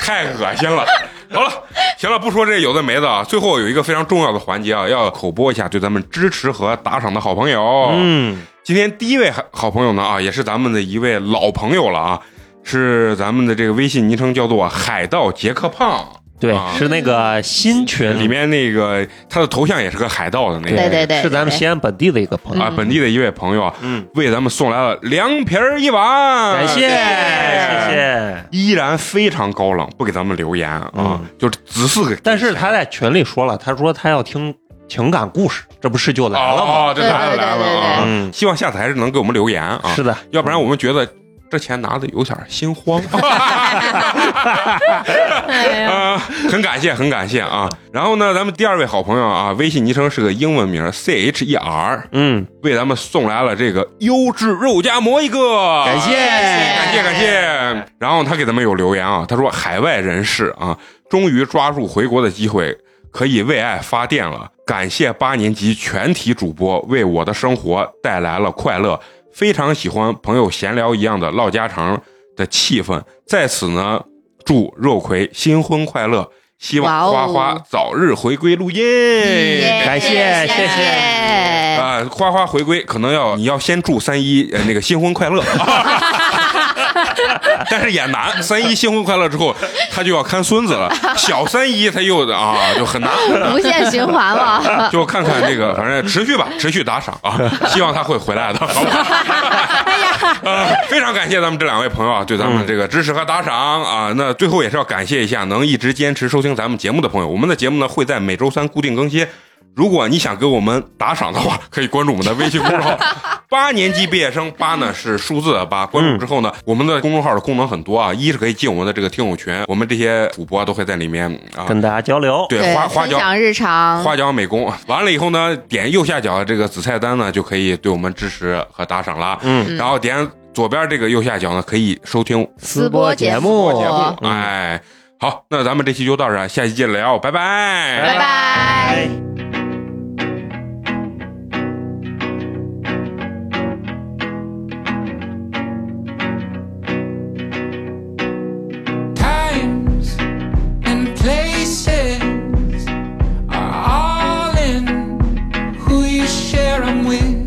A: 太恶心了。好了，行了，不说这有的没的啊。最后有一个非常重要的环节啊，要口播一下对咱们支持和打赏的好朋友。，
D: 嗯，
A: 今天第一位好朋友呢啊，也是咱们的一位老朋友了啊，是咱们的这个微信昵称叫做“海盗杰克胖
D: 对
A: 啊，
D: 是那个新”，群
A: 里面那个他的头像也是个海盗的那个。
C: 对嗯对对
D: 是咱们西安本地的一个朋友，
A: 啊，本地的一位朋友啊，
D: 嗯，
A: 为咱们送来了凉皮儿一碗，
D: 感谢，
C: 谢
D: 谢谢。
A: 依然非常高冷，不给咱们留言啊，
D: 嗯
A: 就是只是给，
D: 但是他在群里说了，他说他要听情感故事，这不是就来了吗？
A: 哦，这来了
C: 对对对
A: 来了
C: 对
A: 啊
C: 对！
D: 嗯，
A: 希望下次还是能给我们留言啊，
D: 是的，
A: 要不然我们觉得这钱拿的有点心慌。啊，很感谢，很感谢啊！然后呢，咱们第二位好朋友啊，微信昵称是个英文名 C H E R，
D: 嗯，
A: 为咱们送来了这个优质肉夹馍一个，
D: 感谢
A: 感谢感谢。然后他给咱们有留言啊，他说海外人士啊，终于抓住回国的机会，可以为爱发电了。感谢八年级全体主播为我的生活带来了快乐，非常喜欢朋友闲聊一样的唠家常的气氛。在此呢，祝肉葵新婚快乐，希望
C: 哇
A: 花
C: 哦嗯
A: 花早日回归录音。
D: 感谢谢
C: 谢
A: 啊、花花回归可能要你要先祝三一呃那个新婚快乐， [laughs] 但是也难。三姨新婚快乐之后，她就要看孙子了，小三姨她又啊就很难。
C: 无限循环 [laughs] 了。
A: 就看看这个，反正持
C: [laughs]
A: 续吧，持续打赏啊！希望他会回来的，好吧？[laughs]
C: [laughs]
A: 呃，非常感谢咱们这两位朋友啊，对咱们这个支持和打赏啊。那最后也是要感谢一下能一直坚持收听咱们节目的朋友。我们的节目呢会在每周三固定更新。如果你想给我们打赏的话，可以关注我们的微信公众
C: [laughs]
A: 号“八年级毕业生”，八呢是数字的八。关注之后
C: 嗯
A: 呢，我们的公众号的功能很多啊，一是可以进我们的这个听友群，我们这些主播都会在里面啊，
D: 跟大家交流。
A: 对花花
C: 分
A: 椒
C: 享日常，
A: 花椒美工。完了以后呢，点右下角这个子菜单呢，就可以对我们支持和打赏了。
D: 嗯，
A: 然后点左边这个右下角呢，可以收听
C: 私
D: 播
C: 播
D: 节
C: 节
D: 目
A: 节目。
D: 嗯
A: 哎，好，那咱们这期就到这儿，下期见聊，拜拜
C: 拜拜。
D: 哎
E: times and places are all in who you share 'em with.